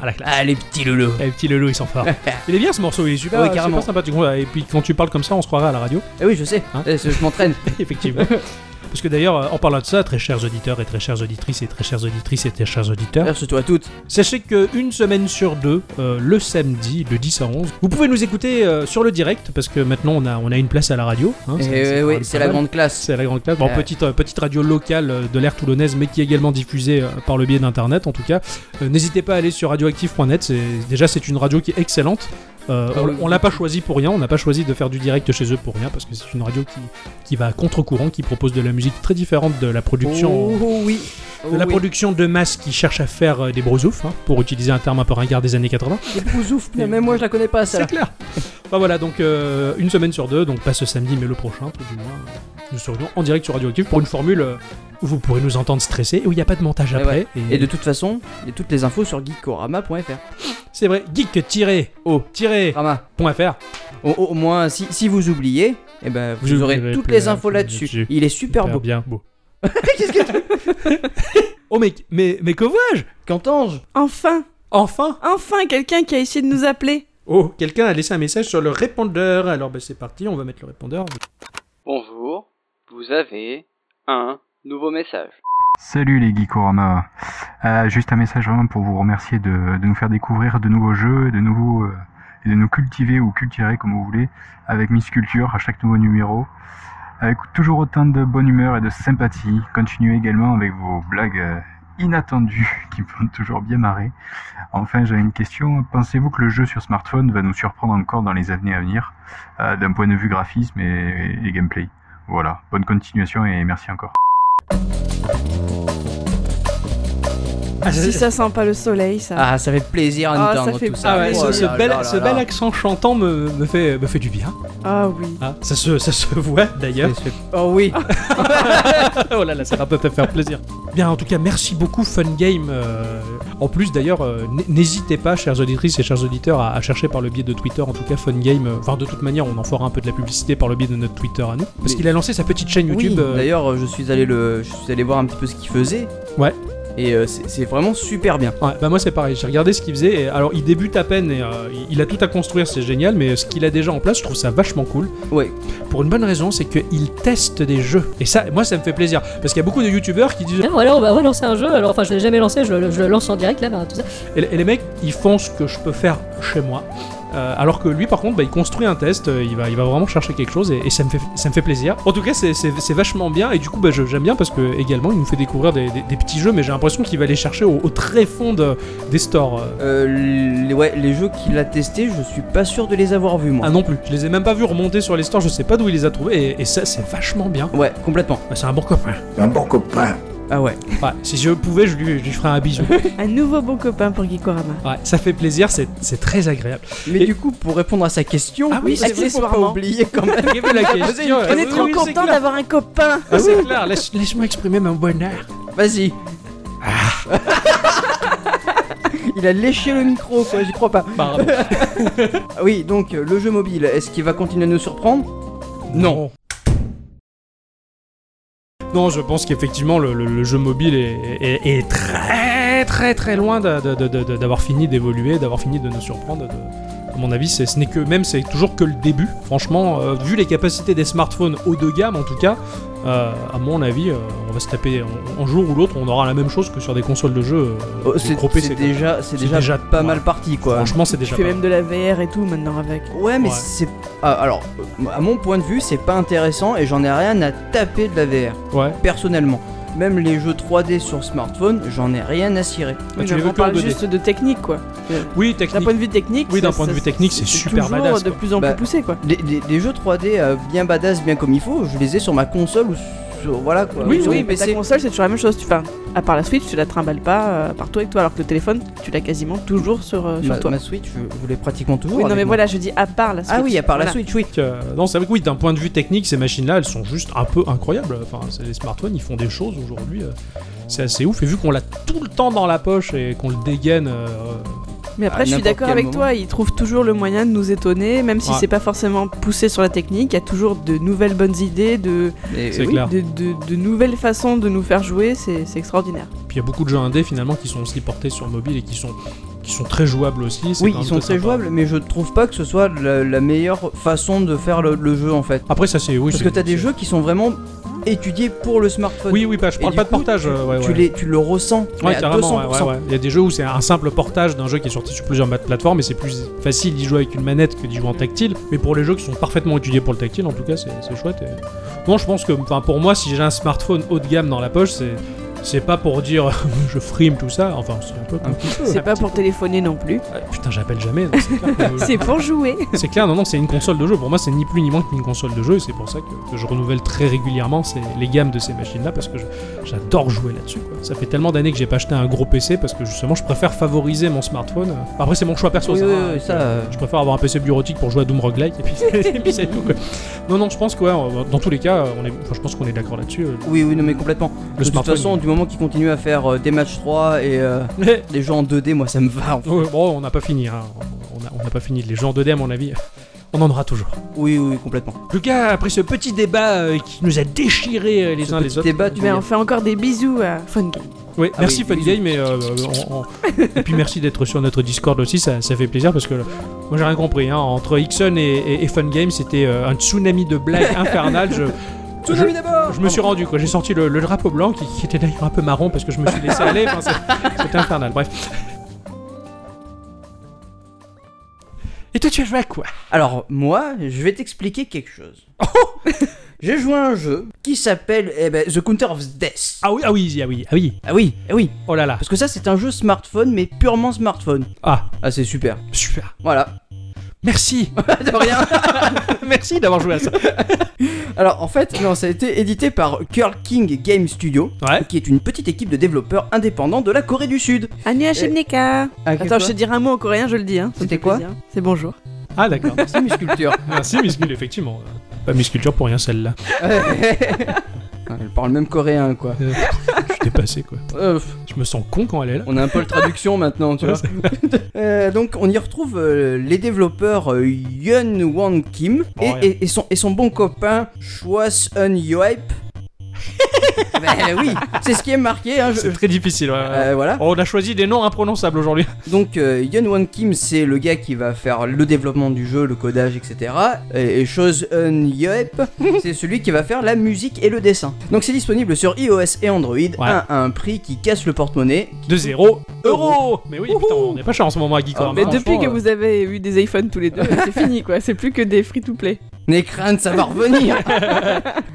S5: À la classe.
S3: Ah les petits loulous.
S5: Eh, le petit Lolo, ils sont forts. [laughs] il est bien ce morceau, il est super,
S3: Ouais,
S5: c'est
S3: carrément.
S5: pas sympathique. Ouais, Et puis quand tu parles comme ça, on se croirait à la radio,
S3: Eh oui je sais,
S5: Hein
S3: Eh, c'est- je m'entraîne.
S5: [laughs] effectivement. Parce que d'ailleurs, euh, en parlant de ça, très chers auditeurs et très chères auditrices et très chères auditrices et très chers auditeurs,
S3: Merci toi toutes.
S5: sachez que une semaine sur deux, euh, le samedi, de 10 à 11, vous pouvez nous écouter euh, sur le direct parce que maintenant on a, on a une place à la radio. hein,
S3: Eh
S5: ça-
S3: ouais,
S5: pas
S3: ouais,
S5: mal,
S3: c'est
S5: pas
S3: la
S5: mal.
S3: grande Ah. classe.
S5: C'est la grande classe. Bon,
S3: Ouais.
S5: petite, euh, petite radio locale euh, de l'ère toulonnaise, mais qui est également diffusée euh, par le biais d'internet en tout cas. Euh, N'hésitez pas à aller sur radioactif.net. c'est- Déjà, c'est une radio qui est excellente. Euh,
S3: Ah
S5: on-
S3: oui.
S5: on l'a pas choisi pour rien, on n'a pas choisi de faire du direct chez eux pour rien parce que c'est une radio qui, qui va à contre-courant, qui propose de la musique très différente de la production
S3: Oh oui.
S5: de la
S3: Oh oui.
S5: production de masse qui cherche à faire euh, des brosoufs, hein, pour utiliser un terme un peu ringard des années 80.
S3: Des bousoufs, mais même moi je la connais pas ça.
S5: C'est clair. Enfin voilà, donc euh, une semaine sur deux, donc pas ce samedi mais le prochain, tout du moins. euh, Nous serions en direct sur Radioactive pour une formule euh, où vous pourrez nous entendre stresser, où il n'y a pas de montage
S3: Et
S5: après.
S3: Et de toute façon, il y a toutes les infos sur geekorama.fr.
S5: c'est vrai,
S3: Oh.
S5: geek-o-fr.fr.
S3: Rama, au, au moins, si, si vous oubliez, eh ben, vous
S5: Je
S3: aurez
S5: oublierai
S3: toutes
S5: plus
S3: les
S5: la-
S3: infos là-dessus.
S5: là-dessus.
S3: Il est super beau.
S5: bien beau.
S3: [laughs] Qu'est-ce que tu-
S5: [laughs] Oh mais mais mais que vois-je
S3: Qu'entends-je
S4: Enfin
S5: Enfin
S4: Enfin quelqu'un qui a essayé de nous appeler
S5: Oh, quelqu'un a laissé un message sur le répondeur. Alors bah, c'est parti, on va mettre le répondeur.
S9: Bonjour, vous avez un nouveau message.
S10: Salut les Geekorama. Euh, juste un message vraiment pour vous remercier de, de nous faire découvrir de nouveaux jeux, de nouveaux euh, et de nous cultiver ou cultiver comme vous voulez avec Miss Culture à chaque nouveau numéro. Avec toujours autant de bonne humeur et de sympathie. Continuez également avec vos blagues euh, inattendues [laughs] qui me font toujours bien marrer. Enfin, j'avais une question. Pensez-vous que le jeu sur smartphone va nous surprendre encore dans les années à venir euh, d'un point de vue graphisme et- et gameplay Voilà. Bonne continuation et merci encore.
S5: Ah,
S4: Si ça sent pas le soleil, ça.
S3: Ah, ça fait plaisir à
S4: Ah,
S3: entendre
S4: ça fait-
S3: tout ça.
S5: Ah ouais,
S4: Oh
S5: ce,
S4: là
S5: ce bel, ce bel accent chantant me, me fait, me fait du bien.
S4: Ah oui.
S5: Ah, ça, se, ça se voit d'ailleurs.
S3: Oh oui,
S5: oh là là, ça va peut-être faire plaisir. Bien, en tout cas, merci beaucoup, Fun Game. euh, en plus, d'ailleurs, euh, n- n'hésitez pas, chères auditrices et chers auditeurs, à, à chercher par le biais de Twitter, en tout cas, Fun Game. euh, Enfin, de toute manière, on en fera un peu de la publicité par le biais de notre Twitter à nous. Parce
S3: Mais-
S5: qu'il a lancé sa petite chaîne YouTube.
S3: Oui,
S5: euh,
S3: D'ailleurs, euh, je suis allé le, je suis allé voir un petit peu ce qu'il faisait.
S5: Ouais.
S3: Et euh, c'est c'est vraiment super bien.
S5: Ouais, bah moi c'est pareil, j'ai regardé ce qu'il faisait, et alors il débute à peine, et euh, il- il a tout à construire, c'est génial, mais ce qu'il a déjà en place, je trouve ça vachement cool.
S3: Ouais.
S5: Pour une bonne raison, c'est qu'il teste des jeux. Et ça, moi ça me fait plaisir, parce qu'il y a beaucoup de youtubeurs qui disent...
S8: Ah, voilà, on va relancer un jeu. Alors, enfin, je l'ai jamais lancé, je le, je le lance en direct là, ben, tout ça.
S5: Et, et les mecs, ils font ce que je peux faire chez moi. Euh, alors que lui, par contre, bah, il construit un test, euh, il va, il va vraiment chercher quelque chose et, et ça, me fait, ça me fait plaisir. En tout cas, c'est- c'est c'est vachement bien et du coup, bah, je- j'aime bien parce que également, il nous fait découvrir des, des- des petits jeux, mais j'ai l'impression qu'il va les chercher au, au très fond de- des stores. euh.
S3: Euh, les, ouais, les jeux qu'il a testés, je suis pas sûr de les avoir vus moi.
S5: Ah non plus, je les ai même pas vus remonter sur les stores, je sais pas d'où il les a trouvés et, et ça, c'est vachement bien.
S3: Ouais, complètement.
S5: Bah, c'est un bon copain.
S3: Ah ouais.
S5: Ouais, si je pouvais, je lui, je lui ferais un [laughs] bisou.
S4: Un nouveau bon copain pour Gikorama.
S5: Ouais, ça fait plaisir, c'est c'est très agréable.
S3: Mais
S5: Et-
S3: du coup, pour répondre à sa question,
S5: Ah oui, c'est vrai,
S3: accessoirement,
S4: faut
S3: pas
S4: pas
S3: oublier quand
S5: [laughs]
S3: même.
S5: Il y avait la question.
S4: On est
S5: Oui,
S4: trop
S5: oui, c'est
S4: content
S5: clair.
S4: d'avoir un copain
S5: Ah, c'est clair, laisse- laisse-moi exprimer mon bonheur.
S3: Vas-y.
S5: Ah.
S3: Il a léché le micro, quoi, j'y crois pas.
S5: Pardon.
S3: Ah [laughs] Oui, donc euh, le jeu mobile, est-ce qu'il va continuer à nous surprendre
S5: Non. Non, je pense qu'effectivement le, le- le jeu mobile est, est- est très très très loin d'a- de- de- de- d'avoir fini d'évoluer, d'avoir fini de nous surprendre. de- À mon avis, c'est- ce n'est que même c'est toujours que le début. Franchement, euh, vu les capacités des smartphones haut de gamme en tout cas, euh, à mon avis, euh, on va se taper en- un jour ou l'autre, on aura la même chose que sur des consoles de jeu. euh,
S3: Oh, C'est
S5: des gros PC,
S3: c'est
S5: quoi.
S3: déjà, c'est déjà,
S5: déjà
S3: pas
S5: ouais.
S3: mal parti, quoi.
S5: Franchement, c'est
S4: Tu
S5: déjà.
S4: fais
S5: pas
S4: même de la VR et tout maintenant avec.
S3: Ouais, mais
S5: Ouais.
S3: c'est. ah, alors, euh, à mon point de vue, c'est pas intéressant et j'en ai rien à taper de la VR,
S5: mal. Ouais.
S3: personnellement. Même les jeux 3D sur smartphone, j'en ai rien à cirer.
S5: Bah,
S4: Oui,
S5: tu les
S4: non,
S5: veux
S4: on
S5: que en
S4: parle
S5: 2D.
S4: juste de technique quoi.
S5: Oui,
S4: D'un
S5: technique.
S4: point de vue technique.
S5: Oui, d'un
S4: ça-
S5: point de
S4: ça-
S5: vue technique, c'est super
S4: toujours
S5: badass,
S4: de
S5: quoi.
S4: plus en plus
S3: Bah,
S4: poussé quoi.
S3: Des, des- des jeux 3D euh, bien badass, bien comme il faut, je les ai sur ma console ou sur. Voilà quoi.
S4: Oui,
S3: sur
S4: oui,
S3: mon
S4: mais ta
S3: PC.
S4: console, c'est toujours la même chose. Tu, enfin, à part la Switch, tu la trimbales pas euh, partout avec toi, alors que le téléphone, tu l'as quasiment toujours sur, euh, sur
S5: Bah,
S3: Ma,
S4: toi.
S3: ma Switch, je, je l'ai pratiquement
S5: Oh,
S3: toujours.
S4: Oui, non,
S3: avec
S4: mais
S3: moi.
S4: voilà, je dis à part la Switch.
S3: Ah oui, à part la
S4: Voilà.
S3: Switch, oui.
S5: Euh, non, c'est vrai que oui, d'un point de vue technique, ces machines-là, elles sont juste un peu incroyables. Enfin, c'est- les smartphones, ils font des choses aujourd'hui. euh, c'est assez ouf. Et vu qu'on l'a tout le temps dans la poche et qu'on le dégaine. euh,
S4: Mais après,
S3: À
S4: je suis
S3: n'importe
S4: d'accord
S3: quel
S4: avec
S3: moment.
S4: toi, ils trouvent toujours le moyen de nous étonner, même si
S5: Ouais.
S4: c'est pas forcément poussé sur la technique. Il y a toujours de nouvelles bonnes idées, de,
S3: Et-
S5: C'est
S3: oui.
S5: clair.
S4: de, de- de nouvelles façons de nous faire jouer, c'est c'est extraordinaire.
S5: Puis il y a beaucoup de jeux indés finalement qui sont aussi portés sur mobile et qui sont, qui sont très jouables aussi. c'est
S3: Oui,
S5: quand
S3: ils
S5: même
S3: sont très
S5: sympa.
S3: jouables, mais je trouve pas que ce soit la, la meilleure façon de faire le, le jeu en fait.
S5: Après, ça c'est. Oui,
S3: Parce
S5: c'est-
S3: que t'as des
S5: c'est-
S3: jeux qui sont vraiment étudiés pour le smartphone.
S5: Oui, oui, bah, je
S3: Et
S5: parle
S3: du
S5: pas de
S3: coup,
S5: portage.
S3: tu-
S5: euh, ouais,
S3: tu,
S5: ouais.
S3: les- tu le ressens mais
S5: Ouais,
S3: à
S5: carrément, ouais,
S3: 200%.
S5: ouais, ouais. Il y a des jeux où c'est un simple portage d'un jeu qui est sorti sur plusieurs mat- plateformes et c'est plus facile d'y jouer avec une manette que d'y jouer en tactile. Mais pour les jeux qui sont parfaitement étudiés pour le tactile, en tout cas, c'est c'est chouette. et- Non, je pense que enfin, pour moi, si j'ai un smartphone haut de gamme dans la poche, c'est. C'est pas pour dire [laughs] je frime tout ça, enfin c'est un peu
S3: Un
S5: comme...
S3: petit peu.
S4: C'est
S5: un
S4: pas
S5: petit
S4: pour téléphoner
S3: [laughs]
S4: non plus,
S5: Ah, Putain j'appelle jamais, donc c'est clair, que-
S4: c'est pour jouer.
S5: c'est clair, non non c'est une console de jeu, pour moi c'est ni plus ni moins qu'une console de jeu et c'est pour ça que, que je renouvelle très régulièrement ces- les gammes de ces machines là parce que je- j'adore jouer là-dessus quoi. Ça fait tellement d'années que j'ai pas acheté un gros PC parce que justement je préfère favoriser mon smartphone. Après c'est mon choix perso
S3: Oui,
S5: ça,
S3: oui,
S5: hein,
S3: oui,
S5: que-
S3: ça, euh,
S5: Je préfère avoir un PC bureautique pour jouer à Doom Roguelike et puis, et puis c'est [laughs] tout quoi. Non non je pense que ouais, dans tous les cas on euh, est, enfin, je pense qu'on est d'accord là-dessus. euh,
S3: Oui, oui, non, mais complètement.
S5: Le
S3: de toute
S5: smartphone,
S3: façon,
S5: [laughs] il-
S3: du moment qu'ils continuent à faire euh, des matchs 3 et euh, les jeux en 2D, moi ça me va. en fait.
S5: Ouais, bon, on n'a pas fini. hein. On n'a on n'a pas fini. Les gens 2D, à mon avis, [laughs] on en aura toujours.
S3: Oui, oui, oui, complètement.
S5: Lucas, après ce petit débat euh, qui nous a déchirés euh, les uns les
S3: Petit
S5: autres.
S3: débat, tu
S4: Mais
S3: veux
S4: on
S3: dire.
S4: fait encore des bisous à Fun Game.
S5: Oui,
S3: Ah
S5: merci
S3: oui,
S5: Fun
S3: bisous.
S5: Game, mais euh, on- on- et puis merci d'être sur notre Discord aussi, ça, ça fait plaisir parce que là, moi j'ai rien compris. hein. entre Ixon et, et- et Fun Game, c'était euh, un tsunami de
S3: [laughs]
S5: blagues infernales. Je,
S3: Tsunami d'abord
S5: je me suis rendu quoi, j'ai sorti le, le drapeau blanc qui, qui était d'ailleurs un peu marron parce que je me suis laissé aller. Enfin, c'est- c'était infernal. Bref. Et toi, tu as joué à quoi
S3: Alors, moi, je vais t'expliquer quelque
S5: [laughs]
S3: chose. J'ai joué à un jeu qui s'appelle eh ben, The Counter of Death.
S5: Ah oui, ah oui, ah oui, ah oui.
S3: Ah oui, ah oui,
S5: Oh là là.
S3: parce que ça c'est un jeu smartphone, mais purement smartphone.
S5: Ah,
S3: Ah, c'est super.
S5: super.
S3: Voilà. [laughs]
S5: Merci.
S3: De rien.
S5: [laughs] Merci d'avoir joué à ça.
S3: Alors en fait, non, ça a été édité par Curl King Game Studio,
S5: Ouais.
S3: qui est une petite équipe de développeurs indépendants de la Corée du Sud.
S4: Annyeong Shimnika Attends, je te
S3: sais
S4: dire un mot en coréen, je le dis. Hein. ça me
S3: C'était
S4: fait
S3: quoi
S4: plaisir. C'est bonjour.
S5: Ah d'accord.
S3: c'est mes [laughs] sculptures.
S5: Merci Muscule, effectivement. Euh, Pas Musculture pour rien celle-là.
S3: Ah, Elle parle même coréen quoi.
S5: Euh, je suis dépassé quoi.
S3: Euh,
S5: Je me sens con quand elle est là.
S3: on a un peu le traduction maintenant, tu vois. [laughs] Euh, donc on y retrouve euh, les développeurs euh, Yun Won Kim et,
S5: rien.
S3: et- et son, et son bon copain Chwas Un [laughs] Yoip. ben oui, c'est ce qui est marqué. hein, je-
S5: C'est Ah, très difficile. ouais, ouais.
S3: Euh, voilà.
S5: Oh, on a choisi des noms imprononçables aujourd'hui.
S3: Donc euh, Yun Won Kim, c'est le gars qui va faire le développement du jeu, le codage, etc. Et, et Chose Un
S5: [laughs]
S3: Yep, c'est celui qui va faire la musique et le dessin. Donc c'est disponible sur iOS et Android à un prix qui casse le porte-monnaie.
S5: [laughs] De zéro
S3: Euro.
S5: euro. Mais oui, putain, on n'est pas cher en ce moment à hein.
S3: Ah,
S5: Geekorama.
S4: Mais
S3: bah,
S4: depuis
S3: franchement,
S4: que
S3: euh.
S4: vous avez eu des iPhones tous
S3: [laughs]
S4: les deux, c'est fini quoi. C'est plus que des free-to-play.
S3: N'aie crainte, ça va
S5: [laughs]
S3: revenir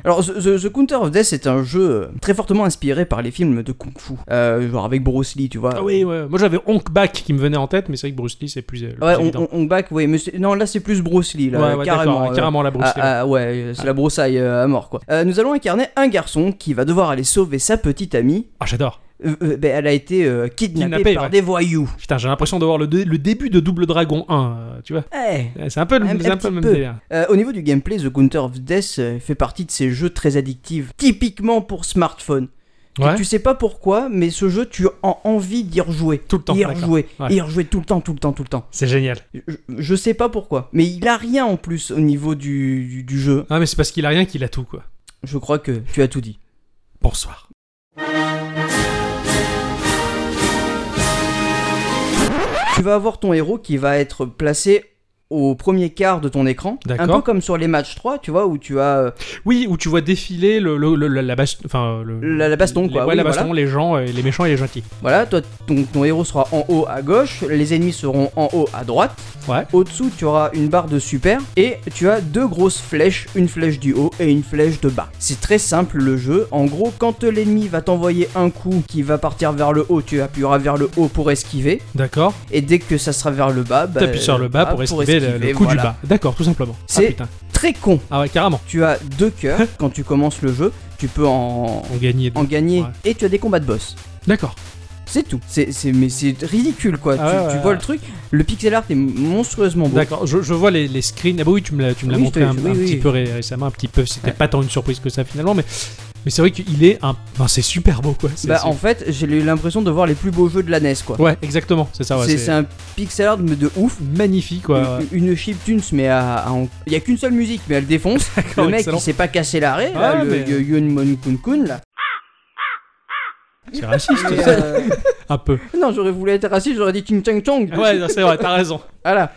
S3: Alors The, The- The Counter of Death est un jeu euh, très fortement inspiré par les films de Kung Fu. Euh, genre avec Bruce Lee, tu vois.
S5: Ah oui, ouais. Moi j'avais Honk Back qui me venait en tête, mais c'est vrai que Bruce Lee c'est plus. euh, le
S3: Ouais,
S5: plus
S3: on,
S5: évident.
S3: on- on back, oui, mais c'est- non, là c'est plus Bruce Lee, là,
S5: Ouais, ouais,
S3: carrément.
S5: d'accord,
S3: euh,
S5: carrément la Bruce
S3: Ah,
S5: Lee. hein.
S3: ah, ouais, c'est la broussaille euh, à mort quoi. Euh, nous allons incarner un garçon qui va devoir aller sauver sa petite amie.
S5: Ah, j'adore.
S3: Euh, euh, ben, elle a été euh, kidnappée,
S5: Kidnappée,
S3: par
S5: ouais.
S3: des voyous.
S5: Putain, j'ai l'impression de voir le, dé- le début de Double Dragon 1, euh, tu vois.
S3: Eh.
S5: Ouais, C'est un peu le,
S3: Un- un
S5: c'est un peu
S3: petit
S5: le même
S3: peu.
S5: délire.
S3: Euh, au niveau du gameplay, The Counter of Death euh, fait partie de ces jeux très addictifs, typiquement pour smartphone. Tu-
S5: Ouais.
S3: Tu sais pas pourquoi, mais ce jeu, tu as envie d'y rejouer.
S5: Tout le temps,
S3: Y
S5: d'accord.
S3: rejouer.
S5: Ouais.
S3: Y rejouer tout le temps, tout le temps, tout le temps.
S5: C'est génial.
S3: Je, je sais pas pourquoi. Mais il a rien en plus au niveau du- du- du jeu.
S5: Ah, mais c'est parce qu'il a rien qu'il a tout quoi.
S3: Je crois que tu as tout dit.
S5: Bonsoir.
S3: Tu vas avoir ton héros qui va être placé au premier quart de ton écran. Un
S5: D'accord.
S3: peu comme sur les matchs 3, tu vois, où tu as euh,
S5: Oui, où tu vois défiler le, le- le- la, la bas- enfin, le-
S3: la, la baston,
S5: les-
S3: quoi.
S5: ouais,
S3: Oui,
S5: la
S3: voilà.
S5: baston, les gens, euh, les méchants et les gentils.
S3: Voilà, toi, ton, ton héros sera en haut à gauche, les ennemis seront en haut à droite.
S5: Ouais.
S3: Au-dessous, tu auras une barre de super et tu as deux grosses flèches, une flèche du haut et une flèche de bas. C'est très simple le jeu. En gros, quand l'ennemi va t'envoyer un coup qui va partir vers le haut, tu appuieras vers le haut pour esquiver.
S5: D'accord.
S3: Et dès que ça sera vers le bas, bah,
S5: T'appuies sur le bas pour esquiver, le- le coup
S3: voilà.
S5: du bas. D'accord, tout simplement. Ah
S3: C'est-
S5: putain.
S3: Très con.
S5: Ah ouais, carrément.
S3: Tu as deux
S5: [laughs]
S3: cœurs quand tu commences le jeu, tu peux en,
S5: On gagnait.
S3: en gagner
S5: Ouais.
S3: et tu as des combats de boss.
S5: D'accord.
S3: C'est tout. C'est, c'est- mais c'est ridicule quoi.
S5: Ah
S3: tu,
S5: ouais,
S3: tu
S5: ouais,
S3: vois
S5: ouais.
S3: le truc, le pixel art est monstrueusement beau.
S5: D'accord. Je, je vois les, les screens. Ah bah oui, tu me l'as, tu me l'as
S3: Oui, je
S5: montré
S3: te-
S5: un,
S3: oui,
S5: un
S3: oui.
S5: petit peu ré- récemment, un petit peu. C'était pas tant une surprise que ça finalement, mais mais c'est vrai qu'il est un. Enfin, c'est super beau quoi. C'est-
S3: Bah
S5: c'est-
S3: en fait, j'ai eu l'impression de voir les plus beaux jeux de la NES quoi.
S5: Ouais, exactement. C'est ça. ouais,
S3: c'est, c'est un pixel art mais de ouf.
S5: magnifique quoi.
S3: [laughs] Une- Une, chip tunes mais à, à en- il y a qu'une seule musique mais elle
S5: [laughs]
S3: défonce. le mec
S5: excellent.
S3: il s'est pas cassé l'arrêt, là,
S5: Ah,
S3: le
S5: mais-
S3: le Yun Mon Kun Kun
S5: [laughs]
S3: là.
S5: C'est raciste.
S3: [laughs] Et,
S5: ça.
S3: euh,
S5: Un peu.
S3: non j'aurais voulu être raciste, j'aurais dit Ching Chang Chong.
S5: Ouais, non, c'est vrai. T'as raison. [laughs]
S3: Voilà.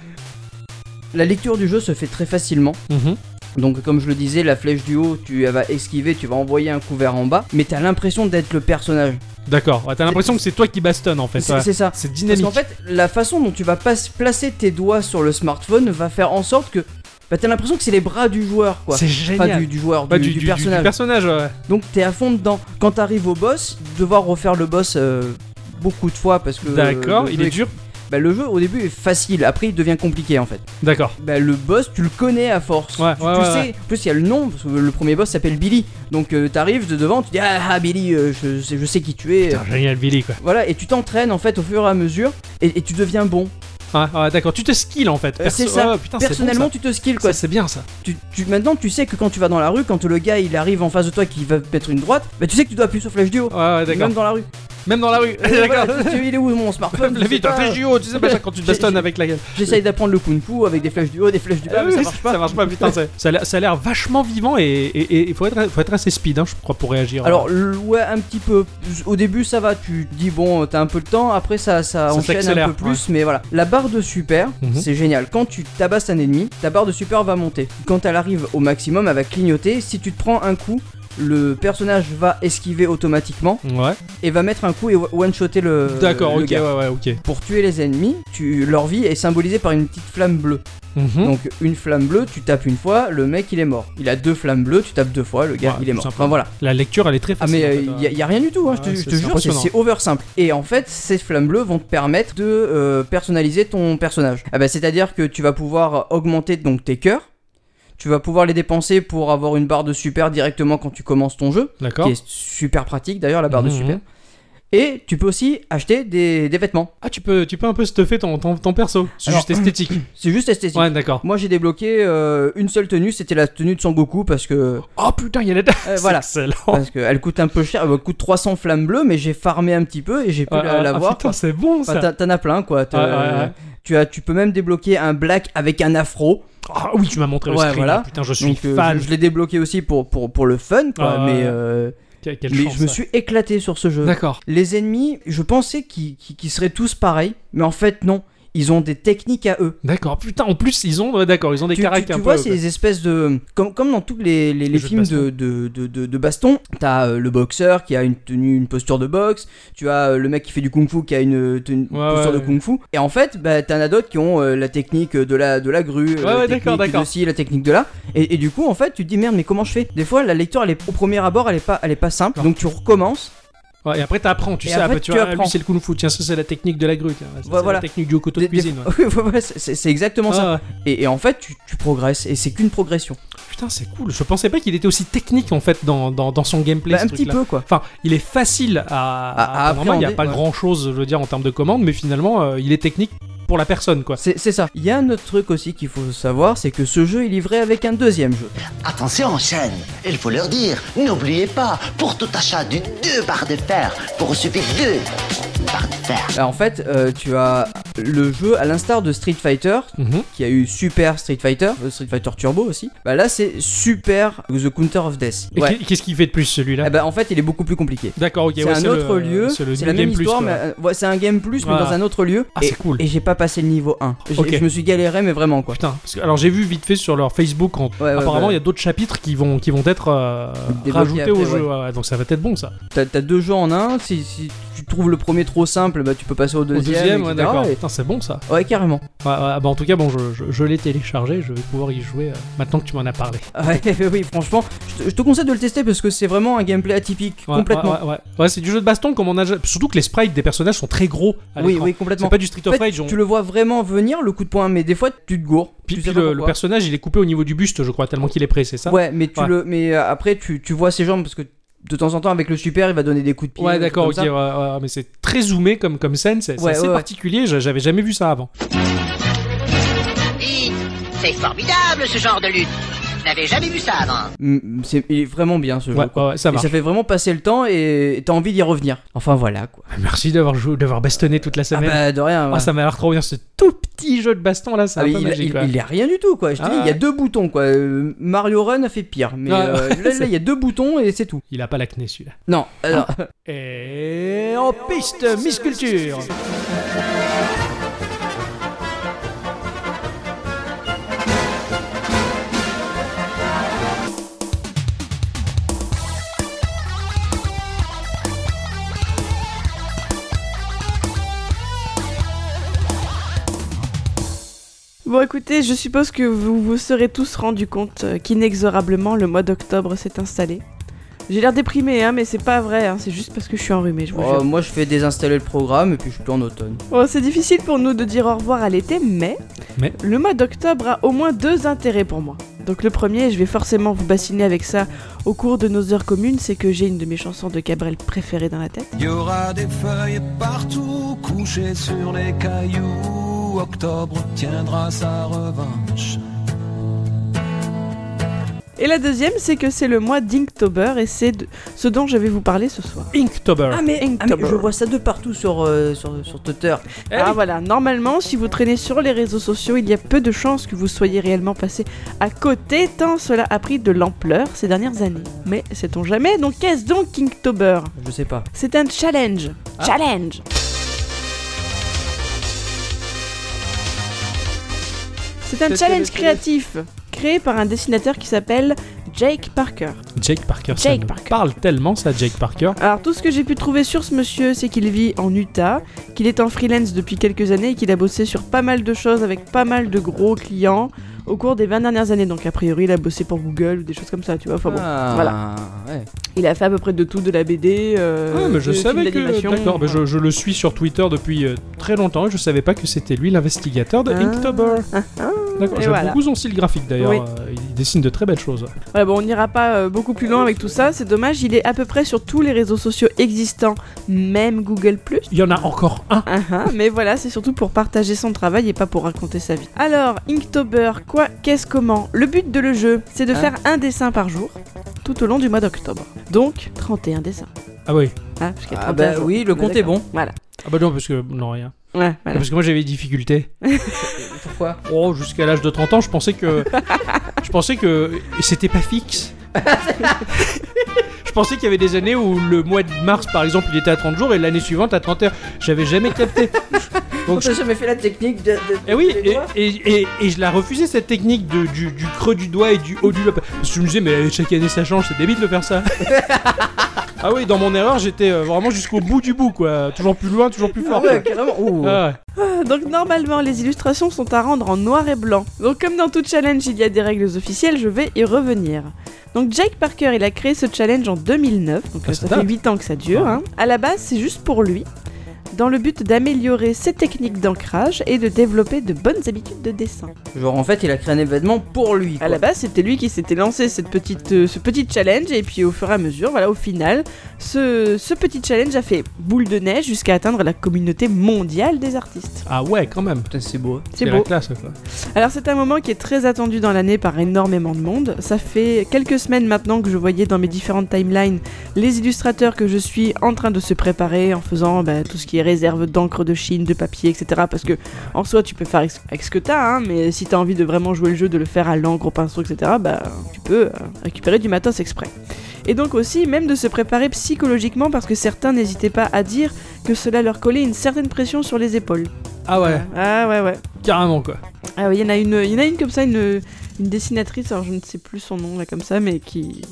S3: La lecture du jeu se fait très facilement.
S5: Mhm.
S3: Donc comme je le disais, la flèche du haut, tu vas esquiver, tu vas envoyer un coup vers en bas, mais t'as l'impression d'être le personnage.
S5: D'accord. Ouais, t'as l'impression que c'est toi qui bastonne en fait.
S3: C'est
S5: ouais.
S3: c'est ça.
S5: C'est
S3: Parce
S5: dynamique.
S3: qu'en fait, la façon dont tu vas pas placer tes doigts sur le smartphone va faire en sorte que bah, t'as l'impression que c'est les bras du joueur, quoi.
S5: c'est génial. Bah,
S3: Pas du, du joueur,
S5: Pas
S3: du, du personnage.
S5: ouais.
S3: Donc t'es à fond dedans. Quand t'arrives au boss, devoir refaire le boss euh, beaucoup de fois parce que... euh,
S5: D'accord,
S3: le
S5: il
S3: jeu
S5: est dur.
S3: bah, le jeu au début est facile, après il devient compliqué en fait.
S5: D'accord.
S3: Bah, le boss, tu le connais à force.
S5: Ouais,
S3: tu
S5: ouais,
S3: tu
S5: ouais,
S3: sais,
S5: ouais.
S3: en plus il y a le nom, parce que le premier boss s'appelle Billy. Donc euh, t'arrives de devant, tu dis Ah, ah, Billy, euh, je, sais, je sais qui tu es.
S5: Putain, génial Billy quoi.
S3: Voilà, et tu t'entraînes en fait au fur et à mesure, et, et tu deviens bon.
S5: Ouais, ouais, Ah, d'accord. Tu te skills en fait.
S3: Euh, c'est
S5: Perso-
S3: ça.
S5: ouais, putain, c'est bon,
S3: Personnellement,
S5: ça.
S3: tu te skills quoi.
S5: Ça, c'est bien ça.
S3: Tu, tu- maintenant, tu sais que quand tu vas dans la rue, quand le gars il arrive en face de toi qui va te mettre une droite, bah tu sais que tu dois appuyer sur flash du haut.
S5: Ouais, ouais, Ah, d'accord.
S3: Même dans
S5: [laughs]
S3: la rue.
S5: Même dans
S3: [laughs]
S5: la rue.
S3: Et
S5: [laughs]
S3: voilà,
S5: D'accord.
S3: tu- tu- il est où mon smartphone
S5: La vie
S3: Je sais
S5: d'un
S3: pas.
S5: flash du haut, tu sais pas ça, quand tu te bastonnes avec la gueule.
S3: J'essaye d'apprendre le kung-fu avec des flashs du haut, des flashs du bas,
S5: Ah
S3: mais ça
S5: oui,
S3: marche pas.
S5: Ça marche pas, putain. c'est- Ça a l'air- ça a l'air vachement vivant et il faut être, faut être assez speed, hein, je crois, pour réagir.
S3: Alors l- ouais un petit peu. Au début ça va, tu dis bon t'as un peu le temps, après ça, ça,
S5: Ça
S3: enchaîne un
S5: s'accélère,
S3: peu plus, mais voilà. La barre de super,
S5: Mhm.
S3: c'est génial. Quand tu tabasses un ennemi, ta barre de super va monter. Quand elle arrive au maximum, elle va clignoter. Si tu te prends un coup, le personnage va esquiver automatiquement
S5: Ouais.
S3: et va mettre un coup et one-shotter le,
S5: D'accord,
S3: euh, le
S5: ok, ouais,
S3: gars.
S5: ouais, ok.
S3: Pour tuer les ennemis, tu, leur vie est symbolisée par une petite flamme bleue.
S5: Mhm.
S3: Donc une flamme bleue, tu tapes une fois, le mec il est mort. Il a deux flammes bleues, tu tapes deux fois, le gars
S5: Ouais,
S3: il est mort.
S5: tout
S3: Enfin
S5: simplement.
S3: voilà.
S5: La lecture, elle est très
S3: Ah
S5: facile.
S3: mais
S5: en fait, hein.
S3: il y, a rien du tout, hein, je te-
S5: Ouais,
S3: je
S5: c'est-
S3: te,
S5: c'est
S3: jure, c'est-
S5: impressionnant.
S3: c'est over simple. Et en fait, ces flammes bleues vont te permettre de euh, personnaliser ton personnage. Ah bah, C'est-à-dire que tu vas pouvoir augmenter donc tes cœurs, tu vas pouvoir les dépenser pour avoir une barre de super directement quand tu commences ton jeu,
S5: hein. D'accord.
S3: qui est super pratique d'ailleurs la barre
S5: Mhm,
S3: de super. Et tu peux aussi acheter des, des vêtements.
S5: Ah, tu peux, tu peux un peu stuffer ton, ton, ton perso. C'est
S3: Alors- [clears throat]
S5: juste esthétique.
S3: C'est juste esthétique.
S5: ouais, d'accord.
S3: Moi j'ai débloqué euh, une seule tenue, c'était la tenue de Sangoku parce que
S5: Oh putain, il y a la
S3: euh,
S5: [laughs] C'est
S3: voilà,
S5: Excellent.
S3: parce qu'elle coûte un peu cher, elle coûte 300 flammes bleues, mais j'ai farmé un petit peu et j'ai pu
S5: Ah,
S3: la, la
S5: ah,
S3: voir.
S5: putain, c'est bon
S3: Enfin,
S5: ça.
S3: t'as- T'en as plein quoi. T'as-
S5: Ouais, ouais, ouais.
S3: Tu, as, tu peux même débloquer un black avec un afro.
S5: Ah oui, tu m'as montré le
S3: Ouais,
S5: screen. ah,
S3: voilà.
S5: Putain, je suis
S3: Donc, euh,
S5: fan.
S3: je, je l'ai débloqué aussi pour, pour, pour le fun quoi.
S5: Ah, ouais.
S3: mais euh,
S5: Que- Quelle
S3: mais
S5: chance,
S3: je me
S5: ça.
S3: suis euh, éclaté sur ce jeu.
S5: D'accord.
S3: Les ennemis, je pensais qu'ils qu'ils- qu'ils seraient tous pareils, mais en fait non. Ils ont des techniques à eux.
S5: D'accord. Putain, en plus, ils ont, ouais, d'accord, ils ont des
S3: Tu, tu-
S5: caractères.
S3: tu vois ces espèces de... Comme, comme dans tous les, les- les
S5: jeux de
S3: films
S5: baston.
S3: de, de, de, de- de baston, t'as euh, le boxeur qui a une tenue, une posture de boxe, tu as euh, le mec qui fait du kung-fu qui a une, euh, tenue-
S5: Ouais,
S3: posture
S5: ouais,
S3: de
S5: ouais.
S3: kung-fu. Et en fait, bah, t'en as d'autres qui ont euh, la technique de la, de la grue, euh,
S5: Ouais,
S3: la
S5: ouais,
S3: technique
S5: d'accord, d'accord.
S3: de ci, la technique de là. Et, et du coup, en fait, tu te dis merde, mais comment je fais Des fois, la lecture, elle est, au premier abord, elle est pas, elle est pas simple,
S5: Non.
S3: donc tu recommences.
S5: Ouais, et après, t'apprends, tu
S3: Et
S5: sais.
S3: après,
S5: après, tu
S3: tu
S5: vois,
S3: apprends.
S5: lui, c'est le kung-fu. Tiens, ça, c'est la technique de la grue. tiens, ça,
S3: Ouais,
S5: c'est
S3: voilà.
S5: la technique du couteau de
S3: Des- des-
S5: cuisine. ouais.
S3: [laughs] Ouais, ouais, c'est c'est exactement ça.
S5: Ah, ouais.
S3: Et, et en fait, tu, tu progresses, et c'est qu'une progression.
S5: Putain, c'est cool. Je pensais pas qu'il était aussi technique en fait dans, dans, dans son gameplay.
S3: Bah,
S5: ce
S3: un petit
S5: truc-là.
S3: peu, quoi.
S5: Enfin, il est facile à,
S3: À- à
S5: apprendre en main, Il n'y a
S3: appréhender,
S5: pas
S3: ouais.
S5: grand chose, je veux dire, en termes de commande, mais finalement, euh, il est technique pour la personne, quoi.
S3: C'est c'est ça. Il y a un autre truc aussi qu'il faut savoir, c'est que ce jeu est livré avec un deuxième jeu.
S11: Attention, chaîne, il faut leur dire, n'oubliez pas, pour tout achat de deux barres de fer, pour vous suffit deux barres de fer.
S3: Alors, en fait, euh, tu as le jeu à l'instar de Street Fighter,
S5: Mhm.
S3: qui a eu Super Street Fighter, euh, Street Fighter Turbo aussi. Bah là, c'est Super The Counter of Death.
S5: Et
S3: Ouais.
S5: qu'est- Qu'est-ce qu'il fait de plus celui-là
S3: Eh ben, en fait, il est beaucoup plus compliqué.
S5: D'accord, ok.
S3: C'est
S5: ouais,
S3: un autre
S5: le-
S3: lieu,
S5: c'est le
S3: c'est la
S5: New Game
S3: même
S5: Plus,
S3: histoire,
S5: quoi.
S3: mais euh, ouais, c'est un game plus, mais
S5: Voilà.
S3: dans un autre lieu.
S5: Ah,
S3: et-
S5: c'est cool.
S3: Et j'ai pas passé le niveau 1. J'ai-
S5: Ok.
S3: Je me suis galéré, mais vraiment quoi.
S5: Putain, parce que, alors j'ai vu vite fait sur leur Facebook, en-
S3: ouais,
S5: apparemment,
S3: ouais.
S5: il y a d'autres chapitres qui vont, qui vont être euh,
S3: Débloqués
S5: rajoutés au
S3: après,
S5: jeu. ouais, ouais, donc ça va être bon, ça.
S3: T'as t'as deux jeux en un, si, si tu trouves le premier trop simple, bah tu peux passer au
S5: Au
S3: deuxième.
S5: deuxième, ouais,
S3: etc.,
S5: d'accord.
S3: et-
S5: Putain, c'est bon, ça.
S3: Ouais, carrément.
S5: Ouais, ouais, bah, en tout cas, bon, je, je- je l'ai téléchargé, je vais pouvoir y jouer euh, maintenant que tu m'en as parlé.
S3: Ah Ouais, [laughs] oui, franchement, je te, je te conseille de le tester parce que c'est vraiment un gameplay atypique,
S5: Ouais,
S3: complètement.
S5: Ouais, ouais, ouais. Ouais, c'est du jeu de baston comme on a. déjà- Surtout que les sprites des personnages sont très gros à
S3: oui,
S5: l'écran.
S3: oui, complètement.
S5: C'est pas du Street
S3: En
S5: of
S3: fait,
S5: Rage. on-
S3: Tu le vois vraiment venir, le coup de poing, mais des fois, tu te gourres.
S5: Puis,
S3: tu
S5: puis
S3: sais pas
S5: le, le
S3: pourquoi.
S5: personnage, il est coupé au niveau du buste, je crois, tellement qu'il est prêt, c'est ça
S3: Ouais, mais, tu
S5: Ouais.
S3: Le, mais euh, après, tu, tu vois ses jambes parce que de temps en temps, avec le super, il va donner des coups de pied.
S5: Ouais,
S3: des
S5: d'accord, ok,
S3: trucs comme
S5: ouais, ouais, mais c'est très zoomé comme, comme scène, c'est c'est
S3: Ouais,
S5: assez
S3: ouais, ouais.
S5: particulier, j'a- j'avais jamais vu ça avant.
S11: Dites, c'est formidable ce genre de lutte. Je n'avais jamais vu ça avant.
S3: ça. Mm, c'est- il est vraiment bien ce
S5: Ouais,
S3: jeu. quoi.
S5: ouais, ouais, ça
S3: Et
S5: marche.
S3: ça fait vraiment passer le temps et et t'as envie d'y revenir. Enfin voilà quoi.
S5: Merci d'avoir joué, d'avoir bastonné toute la
S3: Ah
S5: semaine.
S3: bah de rien.
S5: Ah,
S3: ouais.
S5: ça m'a l'air trop bien ce tout petit jeu de baston là, c'est
S3: Ah,
S5: un
S3: mais
S5: peu
S3: il,
S5: magique.
S3: il-
S5: ouais.
S3: il y a rien du tout quoi. Je te
S5: Ah,
S3: dis, il y a
S5: ouais.
S3: deux boutons quoi. Euh, Mario Run a fait pire, mais
S5: Ah,
S3: euh, là, là, il y a deux boutons et c'est tout.
S5: Il a pas l'acné celui-là.
S3: Non, alors,
S5: Et en piste, Miss Culture
S4: Bon, écoutez, je suppose que vous vous serez tous rendu compte euh, qu'inexorablement le mois d'octobre s'est installé. J'ai l'air déprimé, hein, mais c'est pas vrai, hein, c'est juste parce que je suis enrhumée, je vous
S3: Oh,
S4: jure.
S3: moi je fais désinstaller le programme et puis je suis plus en automne.
S4: Bon, Oh, c'est difficile pour nous de dire au revoir à l'été, mais,
S5: Mais
S4: le mois d'octobre a au moins deux intérêts pour moi. Donc le premier, je vais forcément vous bassiner avec ça au cours de nos heures communes, c'est que j'ai une de mes chansons de Cabrel préférées dans la tête.
S6: Il y aura des feuilles partout couchées sur les cailloux. où octobre tiendra sa revanche.
S4: Et la deuxième, c'est que c'est le mois d'Inktober et c'est de- ce dont je vais vous parler ce soir.
S5: Inktober.
S3: Ah mais, ah, mais
S4: Inktober.
S3: je vois ça de partout sur, euh, sur, sur Twitter.
S4: Ah voilà, normalement, si vous traînez sur les réseaux sociaux, il y a peu de chances que vous soyez réellement passé à côté, tant cela a pris de l'ampleur ces dernières années. Mais sait-on jamais Donc qu'est-ce donc Inktober
S3: Je sais pas.
S4: C'est un challenge. Challenge C'est un
S5: C'était
S4: challenge
S5: le-
S4: créatif, créé par un dessinateur qui s'appelle Jake Parker.
S5: Jake Parker, ça
S4: Jake
S5: me parle tellement ça, Jake Parker.
S4: Alors tout ce que j'ai pu trouver sur ce monsieur, c'est qu'il vit en Utah, qu'il est en freelance depuis quelques années et qu'il a bossé sur pas mal de choses avec pas mal de gros clients au cours des 20 dernières années. Donc a priori, il a bossé pour Google ou des choses comme ça, tu vois. Enfin bon,
S3: Ah,
S4: voilà.
S3: ouais.
S4: Il a fait à peu près de tout, de la BD, euh,
S5: Ah, mais je
S4: de films
S5: savais que.
S4: d'animation.
S5: D'accord, mais je, je le suis sur Twitter depuis euh, très longtemps et je savais pas que c'était lui l'investigateur de
S4: Ah.
S5: Inktober. D'accord,
S4: Et
S5: j'aime
S4: voilà.
S5: beaucoup son style graphique d'ailleurs.
S4: Oui.
S5: euh, Il dessine de très belles choses.
S4: Voilà, bon, on n'ira pas euh, beaucoup plus loin avec tout ça, c'est dommage, il est à peu près sur tous les réseaux sociaux existants, même Google+.
S5: Il y en a encore un.
S4: Ah ah, mais voilà, c'est surtout pour partager son travail et pas pour raconter sa vie. Alors, Inktober, quoi, qu'est-ce, comment Le but de le jeu, c'est de
S3: Hein
S4: faire un dessin par jour, tout au long du mois d'octobre. Donc, 31 dessins.
S5: Ah oui.
S4: Hein, parce qu'il y a
S3: Ah
S4: 31
S3: bah
S4: jours.
S3: oui, le
S4: On
S3: compte est
S4: d'accord.
S3: bon.
S4: Voilà.
S5: Ah bah non, parce que. Non, rien.
S4: Ouais,
S5: Ah,
S4: voilà.
S5: Parce que moi j'avais des difficultés.
S3: [laughs] Pourquoi
S5: Oh, jusqu'à l'âge de 30 ans, je pensais que. je pensais que c'était
S3: [laughs]
S5: pas fixe. je pensais qu'il y avait des années où le mois de mars par exemple il était à 30 jours et l'année suivante à 30 heures. J'avais jamais
S3: [laughs]
S5: capté.
S3: On
S5: Donc
S3: t'a jamais fait la technique de. de-
S5: Et oui,
S3: des
S5: et,
S3: doigts
S5: et- et- et je la refusais cette technique de- du, du creux du doigt et du haut du lobe. Parce que je me disais, mais chaque année ça change, c'est débile de faire
S3: [laughs]
S5: ça. ah oui, dans mon erreur, j'étais euh, vraiment jusqu'au bout du bout, quoi. Toujours plus loin, toujours plus
S3: Ah
S5: fort. quoi.
S3: ouais, carrément. Ouh.
S5: Ah ouais.
S4: Ah, Donc normalement, les illustrations sont à rendre en noir et blanc. Donc comme dans tout challenge, il y a des règles officielles, je vais y revenir. Donc Jake Parker, il a créé ce challenge en 2009, donc
S5: Ah,
S4: euh,
S5: ça
S4: ça fait
S5: date.
S4: 8 ans que ça dure.
S5: Ah.
S4: hein. À la base, c'est juste pour lui, dans le but d'améliorer ses techniques d'ancrage et de développer de bonnes habitudes de dessin.
S3: Genre en fait, il a créé un événement pour lui.
S4: À
S3: Quoi.
S4: la base, c'était lui qui s'était lancé cette petite, euh, ce petit challenge, et puis au fur et à mesure, voilà, au final, ce, ce petit challenge a fait boule de neige jusqu'à atteindre la communauté mondiale des artistes.
S5: Ah ouais, quand même.
S3: Putain, c'est beau. hein.
S4: C'est
S5: la
S4: beau.
S5: classe, quoi.
S4: Alors c'est un moment qui est très attendu dans l'année par énormément de monde. Ça fait quelques semaines maintenant que je voyais dans mes différentes timelines les illustrateurs que je suis en train de se préparer en faisant bah, tout ce qui est réserve d'encre de Chine, de papier, etc. Parce que en soi tu peux faire avec- avec ce que t'as, hein, mais si t'as envie de vraiment jouer le jeu, de le faire à l'encre, au pinceau, etc. Bah tu peux euh, récupérer du matos exprès. Et donc aussi même de se préparer psychologiquement parce que certains n'hésitaient pas à dire que cela leur collait une certaine pression sur les épaules.
S5: Ah ouais,
S4: Ah ouais ouais.
S5: carrément, quoi.
S4: Ah oui, il y en a une, il y en a une comme ça, une, une dessinatrice, alors je ne sais plus son nom là comme ça, mais qui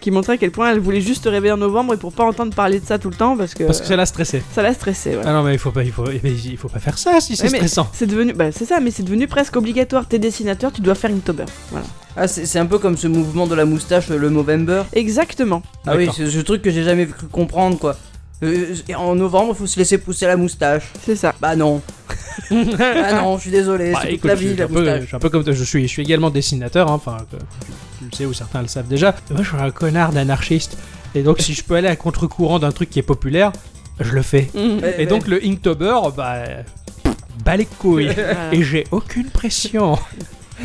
S4: qui montrait à quel point elle voulait juste se réveiller en novembre et pour pas entendre parler de ça tout le temps parce que,
S5: Parce que ça l'a stressé.
S4: ça la stressait. ouais.
S5: Ah non, mais il faut pas, il faut, mais il faut pas faire ça si c'est
S4: Ouais, mais
S5: stressant.
S4: C'est devenu, bah c'est ça, mais c'est devenu presque obligatoire. T'es dessinateur, tu dois faire une tober. Voilà.
S3: Ah, c'est c'est un peu comme ce mouvement de la moustache, le Movember.
S4: Exactement.
S3: Ah oui,
S5: D'accord.
S3: c'est ce truc que j'ai jamais cru comprendre quoi. Euh, en novembre, faut se laisser pousser la moustache.
S4: C'est ça.
S3: Bah [laughs] non. ah non, je suis désolé,
S5: Bah,
S3: c'est toute
S5: écoute,
S3: la
S5: je
S3: vie
S5: suis
S3: la
S5: un peu-
S3: moustache.
S5: je suis un peu comme toi, je suis, je suis également dessinateur, hein, enfin, que- tu le sais ou certains le savent déjà. Moi, je suis un connard d'anarchiste, et donc si je peux aller à contre-courant d'un truc qui est populaire, je le fais.
S4: Mhm.
S3: Mm. Ouais,
S5: Et donc le Inktober, bah, pff, bat les
S3: [laughs]
S5: couilles,
S4: Voilà.
S5: [laughs] et j'ai aucune pression. [laughs]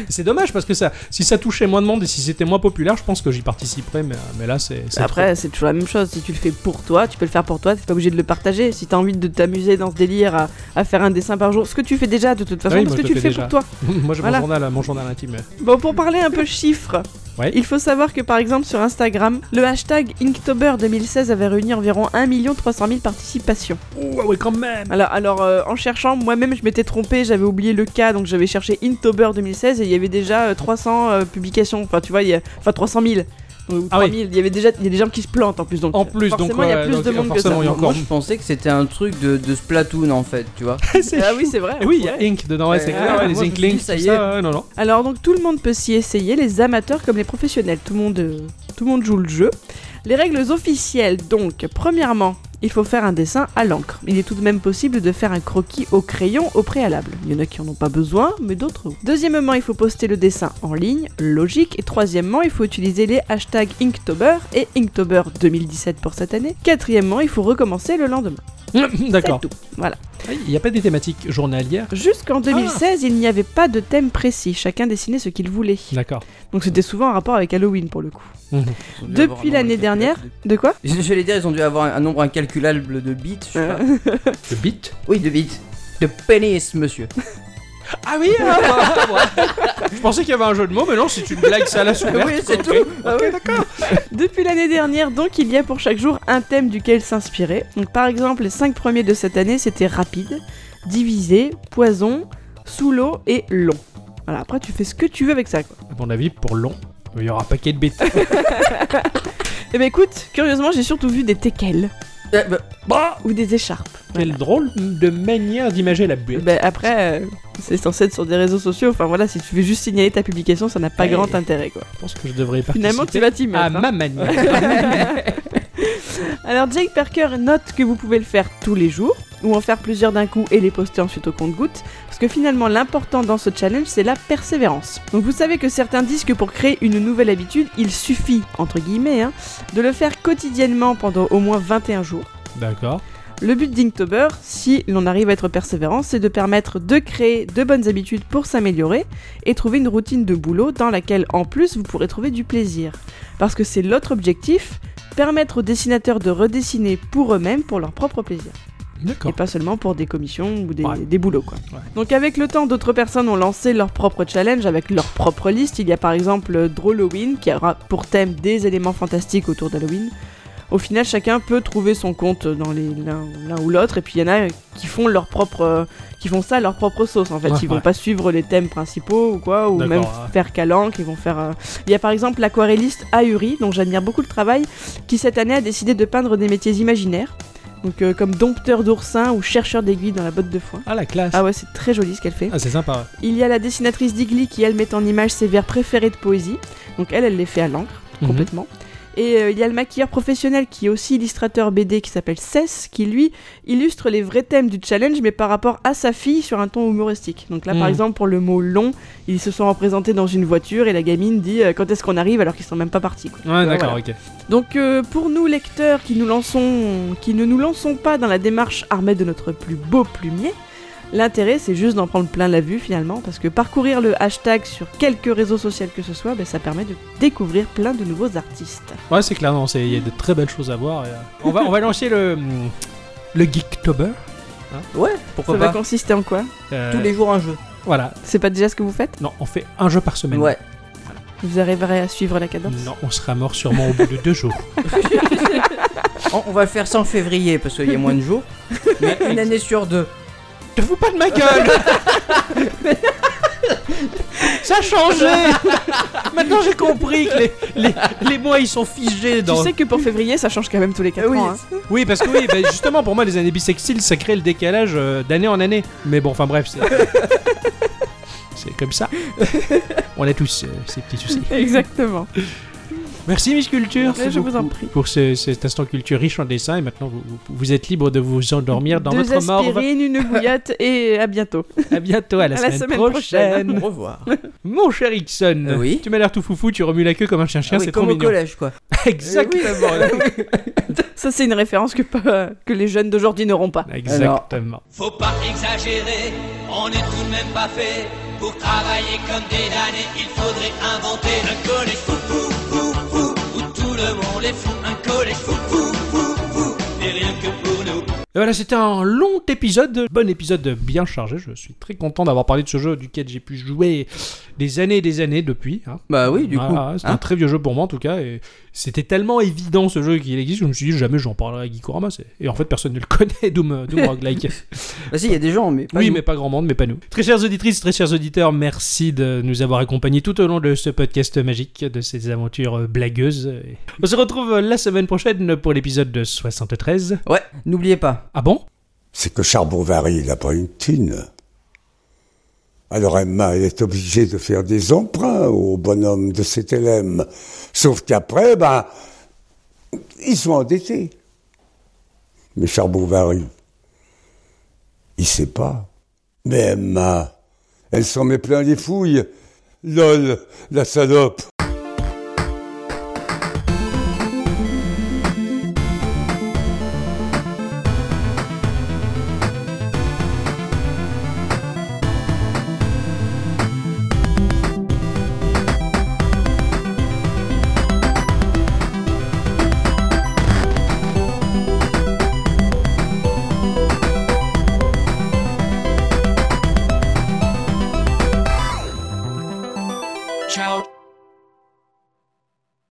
S5: C'est dommage parce que ça, si ça touchait moins de monde et si c'était moins populaire, je pense que j'y participerais, mais, euh, mais là c'est. c'est trop.
S4: Après, c'est toujours la même chose. Si tu le fais pour toi, tu peux le faire pour toi, t'es pas obligé de le partager. Si t'as envie de t'amuser dans ce délire à, à faire un dessin par jour, ce que tu fais déjà de toute façon,
S5: Ah Oui,
S4: parce
S5: moi,
S4: que tu
S5: je le
S4: le
S5: fais
S4: fais
S5: déjà.
S4: pour toi.
S5: [laughs] Moi j'ai
S4: Voilà.
S5: mon journal, mon journal intime.
S4: Bon, pour parler un peu chiffres,
S5: Ouais.
S4: il faut savoir que par exemple sur Instagram, le hashtag Inktober 2016 avait réuni environ 1 300 000 participations.
S5: Ouh, ah ouais quand même.
S4: Alors, alors euh, en cherchant, moi-même je m'étais trompée, j'avais oublié le cas, donc j'avais cherché Inktober 2016 et il y avait déjà euh, 300 euh, publications, enfin tu vois, il y a, enfin 300 000. Ou
S5: Ah oui.
S4: 30 000. il y avait déjà il y a des gens qui se plantent en plus donc
S5: En plus, donc,
S4: forcément il y a
S5: ouais,
S4: plus
S5: donc,
S4: de monde que ça.
S5: forcément, il y a encore-
S3: Moi, je pensais que c'était un truc de, de Splatoon en fait, tu vois.
S5: [laughs] C'est
S4: Ah oui, c'est vrai.
S5: Et Eh oui, il
S4: ouais.
S5: y a Ink dedans, ouais, c'est
S3: Ouais,
S5: clair, ouais,
S3: ouais,
S5: les
S3: moi, je me suis
S5: Inklings,
S3: dit, ça
S5: tout
S3: y
S5: ça, ouais, non, [laughs] non.
S4: Alors donc tout le monde peut s'y essayer, les amateurs comme les professionnels, tout le monde, euh, tout le monde joue le jeu. Les règles officielles donc, premièrement, il faut faire un dessin à l'encre. Il est tout de même possible de faire un croquis au crayon au préalable. Il y en a qui en ont pas besoin, mais d'autres oui. Deuxièmement, il faut poster le dessin en ligne, logique. Et troisièmement, il faut utiliser les hashtags Inktober et Inktober 2017 pour cette année. Quatrièmement, il faut recommencer le lendemain.
S5: [laughs] D'accord.
S4: C'est tout. Voilà.
S5: Il n'y a pas des thématiques journalières
S4: Jusqu'en 2016, il n'y avait pas de thème précis. Chacun dessinait ce qu'il voulait.
S5: D'accord.
S4: Donc c'était souvent en rapport avec Halloween pour le coup.
S3: Ils ont dû avoir un
S4: Depuis
S3: nombre [laughs]
S4: l'année dernière. De quoi
S3: incalculable- J'allais dire, ils ont dû avoir un- un nombre incalculable de bits, je sais pas.
S5: De bits
S3: Oui, de bits. De pénis, monsieur.
S5: Ah [laughs] oui Je pensais qu'il y avait un jeu de mots, mais non, c'est une blague [laughs] salace ouverte.
S3: Oui, c'est
S5: quoi,
S3: tout.
S5: ok.
S3: Ah oui.
S4: [laughs] Depuis l'année dernière, donc, il y a pour chaque jour un thème duquel s'inspirer. Donc, par exemple, les 5 premiers de cette année, c'était rapide, divisé, poison, sous l'eau et long. Voilà, après, tu fais ce que tu veux avec ça. Quoi.
S5: À mon avis, pour long, il y aura un paquet de bêtises.
S4: Et ben écoute, curieusement, j'ai surtout vu des teckels.
S5: Eh ben, bah
S4: Ou des écharpes.
S5: Quelle drôle de manière d'imager la buée.
S4: Ben après, euh, c'est censé être sur des réseaux sociaux. Enfin voilà, si tu veux juste signaler ta publication, ça n'a pas
S5: Ouais.
S4: grand intérêt quoi.
S5: Je pense que je devrais participer
S4: Finalement, tu vas t'y mettre.
S5: à
S4: hein.
S5: ma manière.
S4: [laughs] Alors Jake Parker note que vous pouvez le faire tous les jours, ou en faire plusieurs d'un coup et les poster ensuite au compte-goutte, parce que finalement l'important dans ce challenge c'est la persévérance. Donc vous savez que certains disent que pour créer une nouvelle habitude, il suffit, entre guillemets, hein, de le faire quotidiennement pendant au moins 21 jours.
S5: [laughs] D'accord.
S4: Le but d'Inktober, si l'on arrive à être persévérant, c'est de permettre de créer de bonnes habitudes pour s'améliorer et trouver une routine de boulot dans laquelle en plus vous pourrez trouver du plaisir. Parce que c'est l'autre objectif, permettre aux dessinateurs de redessiner pour eux-mêmes pour leur propre plaisir.
S5: D'accord.
S4: Et pas seulement pour des commissions ou des,
S5: Ouais.
S4: des boulots quoi. Donc avec le temps, d'autres personnes ont lancé leur propre challenge avec leur propre liste. Il y a par exemple euh, Drawloween qui aura pour thème des éléments fantastiques autour d'Halloween. Au final, chacun peut trouver son compte dans les l'un l'un ou l'autre, et puis il y en a qui font leur propre, euh, qui font ça à leur propre sauce. En fait,
S5: Ouais,
S4: ils vont
S5: ouais.
S4: pas suivre les thèmes principaux ou quoi, ou
S5: D'accord,
S4: même
S5: ouais.
S4: faire calanque. Ils vont faire. euh, Il y a par exemple l'aquarelliste Ahuri, dont j'admire beaucoup le travail, qui cette année a décidé de peindre des métiers imaginaires, donc euh, comme dompteur d'oursins ou chercheur d'aiguilles dans la botte de foin.
S5: Ah la classe.
S4: Ah ouais, c'est très joli ce qu'elle fait.
S5: Ah, c'est sympa.
S4: Il y a la dessinatrice Digli qui, elle, met en image ses vers préférés de poésie. Donc elle, elle les fait à l'encre,
S5: Mhm.
S4: complètement. Et euh, il y a le maquilleur professionnel qui est aussi illustrateur BD qui s'appelle Cess, qui lui illustre les vrais thèmes du challenge, mais par rapport à sa fille sur un ton humoristique. Donc là, par
S5: Mhm.
S4: exemple, pour le mot long, ils se sont représentés dans une voiture et la gamine dit euh, quand est-ce qu'on arrive alors qu'ils sont même pas partis. quoi.
S5: Ouais, d'accord,
S4: Voilà.
S5: ok.
S4: Donc euh, pour nous lecteurs qui, nous lançons, qui ne nous lançons pas dans la démarche armée de notre plus beau plumier, l'intérêt c'est juste d'en prendre plein la vue finalement, parce que parcourir le hashtag sur quelque réseau social que ce soit, ben, ça permet de découvrir plein de nouveaux artistes.
S5: Ouais, c'est clair, non, c'est- il y a de très belles choses à voir. et, euh, on, va, on va lancer le, hum, le Geektober. hein.
S3: Ouais, pourquoi
S4: ça va
S3: pas
S4: consister en quoi
S5: Euh,
S3: Tous les jours un jeu.
S5: Voilà.
S4: C'est pas déjà ce que vous faites
S5: Non, on fait un jeu par semaine.
S3: Ouais.
S4: Vous arriverez à suivre la cadence
S5: Non, on sera mort sûrement au bout de deux [laughs] jours.
S3: On, on va le faire ça en février parce qu'il y a moins de
S5: [laughs]
S3: jours. Mais une année sur
S4: [laughs]
S3: deux.
S5: Te fous pas de ma gueule Ça a [laughs] changé Maintenant j'ai compris que les, les, les mois ils sont figés
S4: Tu
S5: dans.
S4: sais que pour février ça change quand même tous les 4
S3: Ah oui.
S4: ans. hein.
S5: Oui, parce que oui, bah, justement pour moi les années bisextiles ça crée le décalage euh, d'année en année. Mais bon, enfin bref, c'est. c'est comme ça. On a tous euh, ces petits soucis.
S4: [laughs] Exactement.
S5: Merci Miss Culture
S4: Je vous en
S5: beaucoup
S4: prie.
S5: pour ce- cet instant culture riche en dessin et maintenant vous, vous- vous êtes libre de vous endormir dans
S4: Deux
S5: votre morve.
S4: aspirines,
S5: [laughs]
S4: une bouillotte et à bientôt.
S5: À bientôt à la,
S4: À la semaine prochaine.
S3: Au revoir.
S5: Mon cher Ixon,
S3: Euh, oui
S5: tu m'as l'air tout foufou, tu remues la queue comme un chien-chien,
S3: Ah oui,
S5: c'est trop
S3: comme au
S5: mignon.
S3: collège quoi.
S5: Exactement.
S4: Ça c'est une référence que, pas- que les jeunes d'aujourd'hui n'auront pas.
S5: Exactement.
S6: Faut pas exagérer, on n'est tout de même pas fait. Pour travailler comme des damnés, il faudrait inventer un collège fou fou fou fou où tout le monde est fou. Un collège fou fou fou fou et rien que pour nous.
S5: Et voilà, c'était un long épisode, bon épisode bien chargé. Je suis très content d'avoir parlé de ce jeu duquel j'ai pu jouer des années et des années depuis. hein.
S3: Bah oui, du coup.
S5: Ah, ah, c'est un
S3: hein.
S5: très vieux jeu pour moi en tout cas. Et c'était tellement évident ce jeu qu'il existe, je me suis dit jamais j'en parlerai à Gikorama. c'est- Et en fait, personne ne le [laughs] connaît, Doom,
S3: [laughs]
S5: Doom Roguelike.
S3: Bah si, il y a des gens, mais. pas
S5: oui,
S3: nous.
S5: mais pas grand monde, mais pas nous. Très chères auditrices, très chers auditeurs, merci de nous avoir accompagnés tout au long de ce podcast magique, de ces aventures euh, blagueuses. Et On se retrouve euh, la semaine prochaine pour l'épisode de 73.
S3: Ouais, n'oubliez pas.
S5: Ah bon
S12: C'est que Charbon-Vary, il n'a pas une thune. Alors Emma, elle est obligée de faire des emprunts au bonhomme de cet élève. Sauf qu'après, ben, ils sont endettés. Mais Charbon-Vary, il sait pas. Mais Emma, elle s'en met plein les fouilles. Lol, la salope.
S6: ciao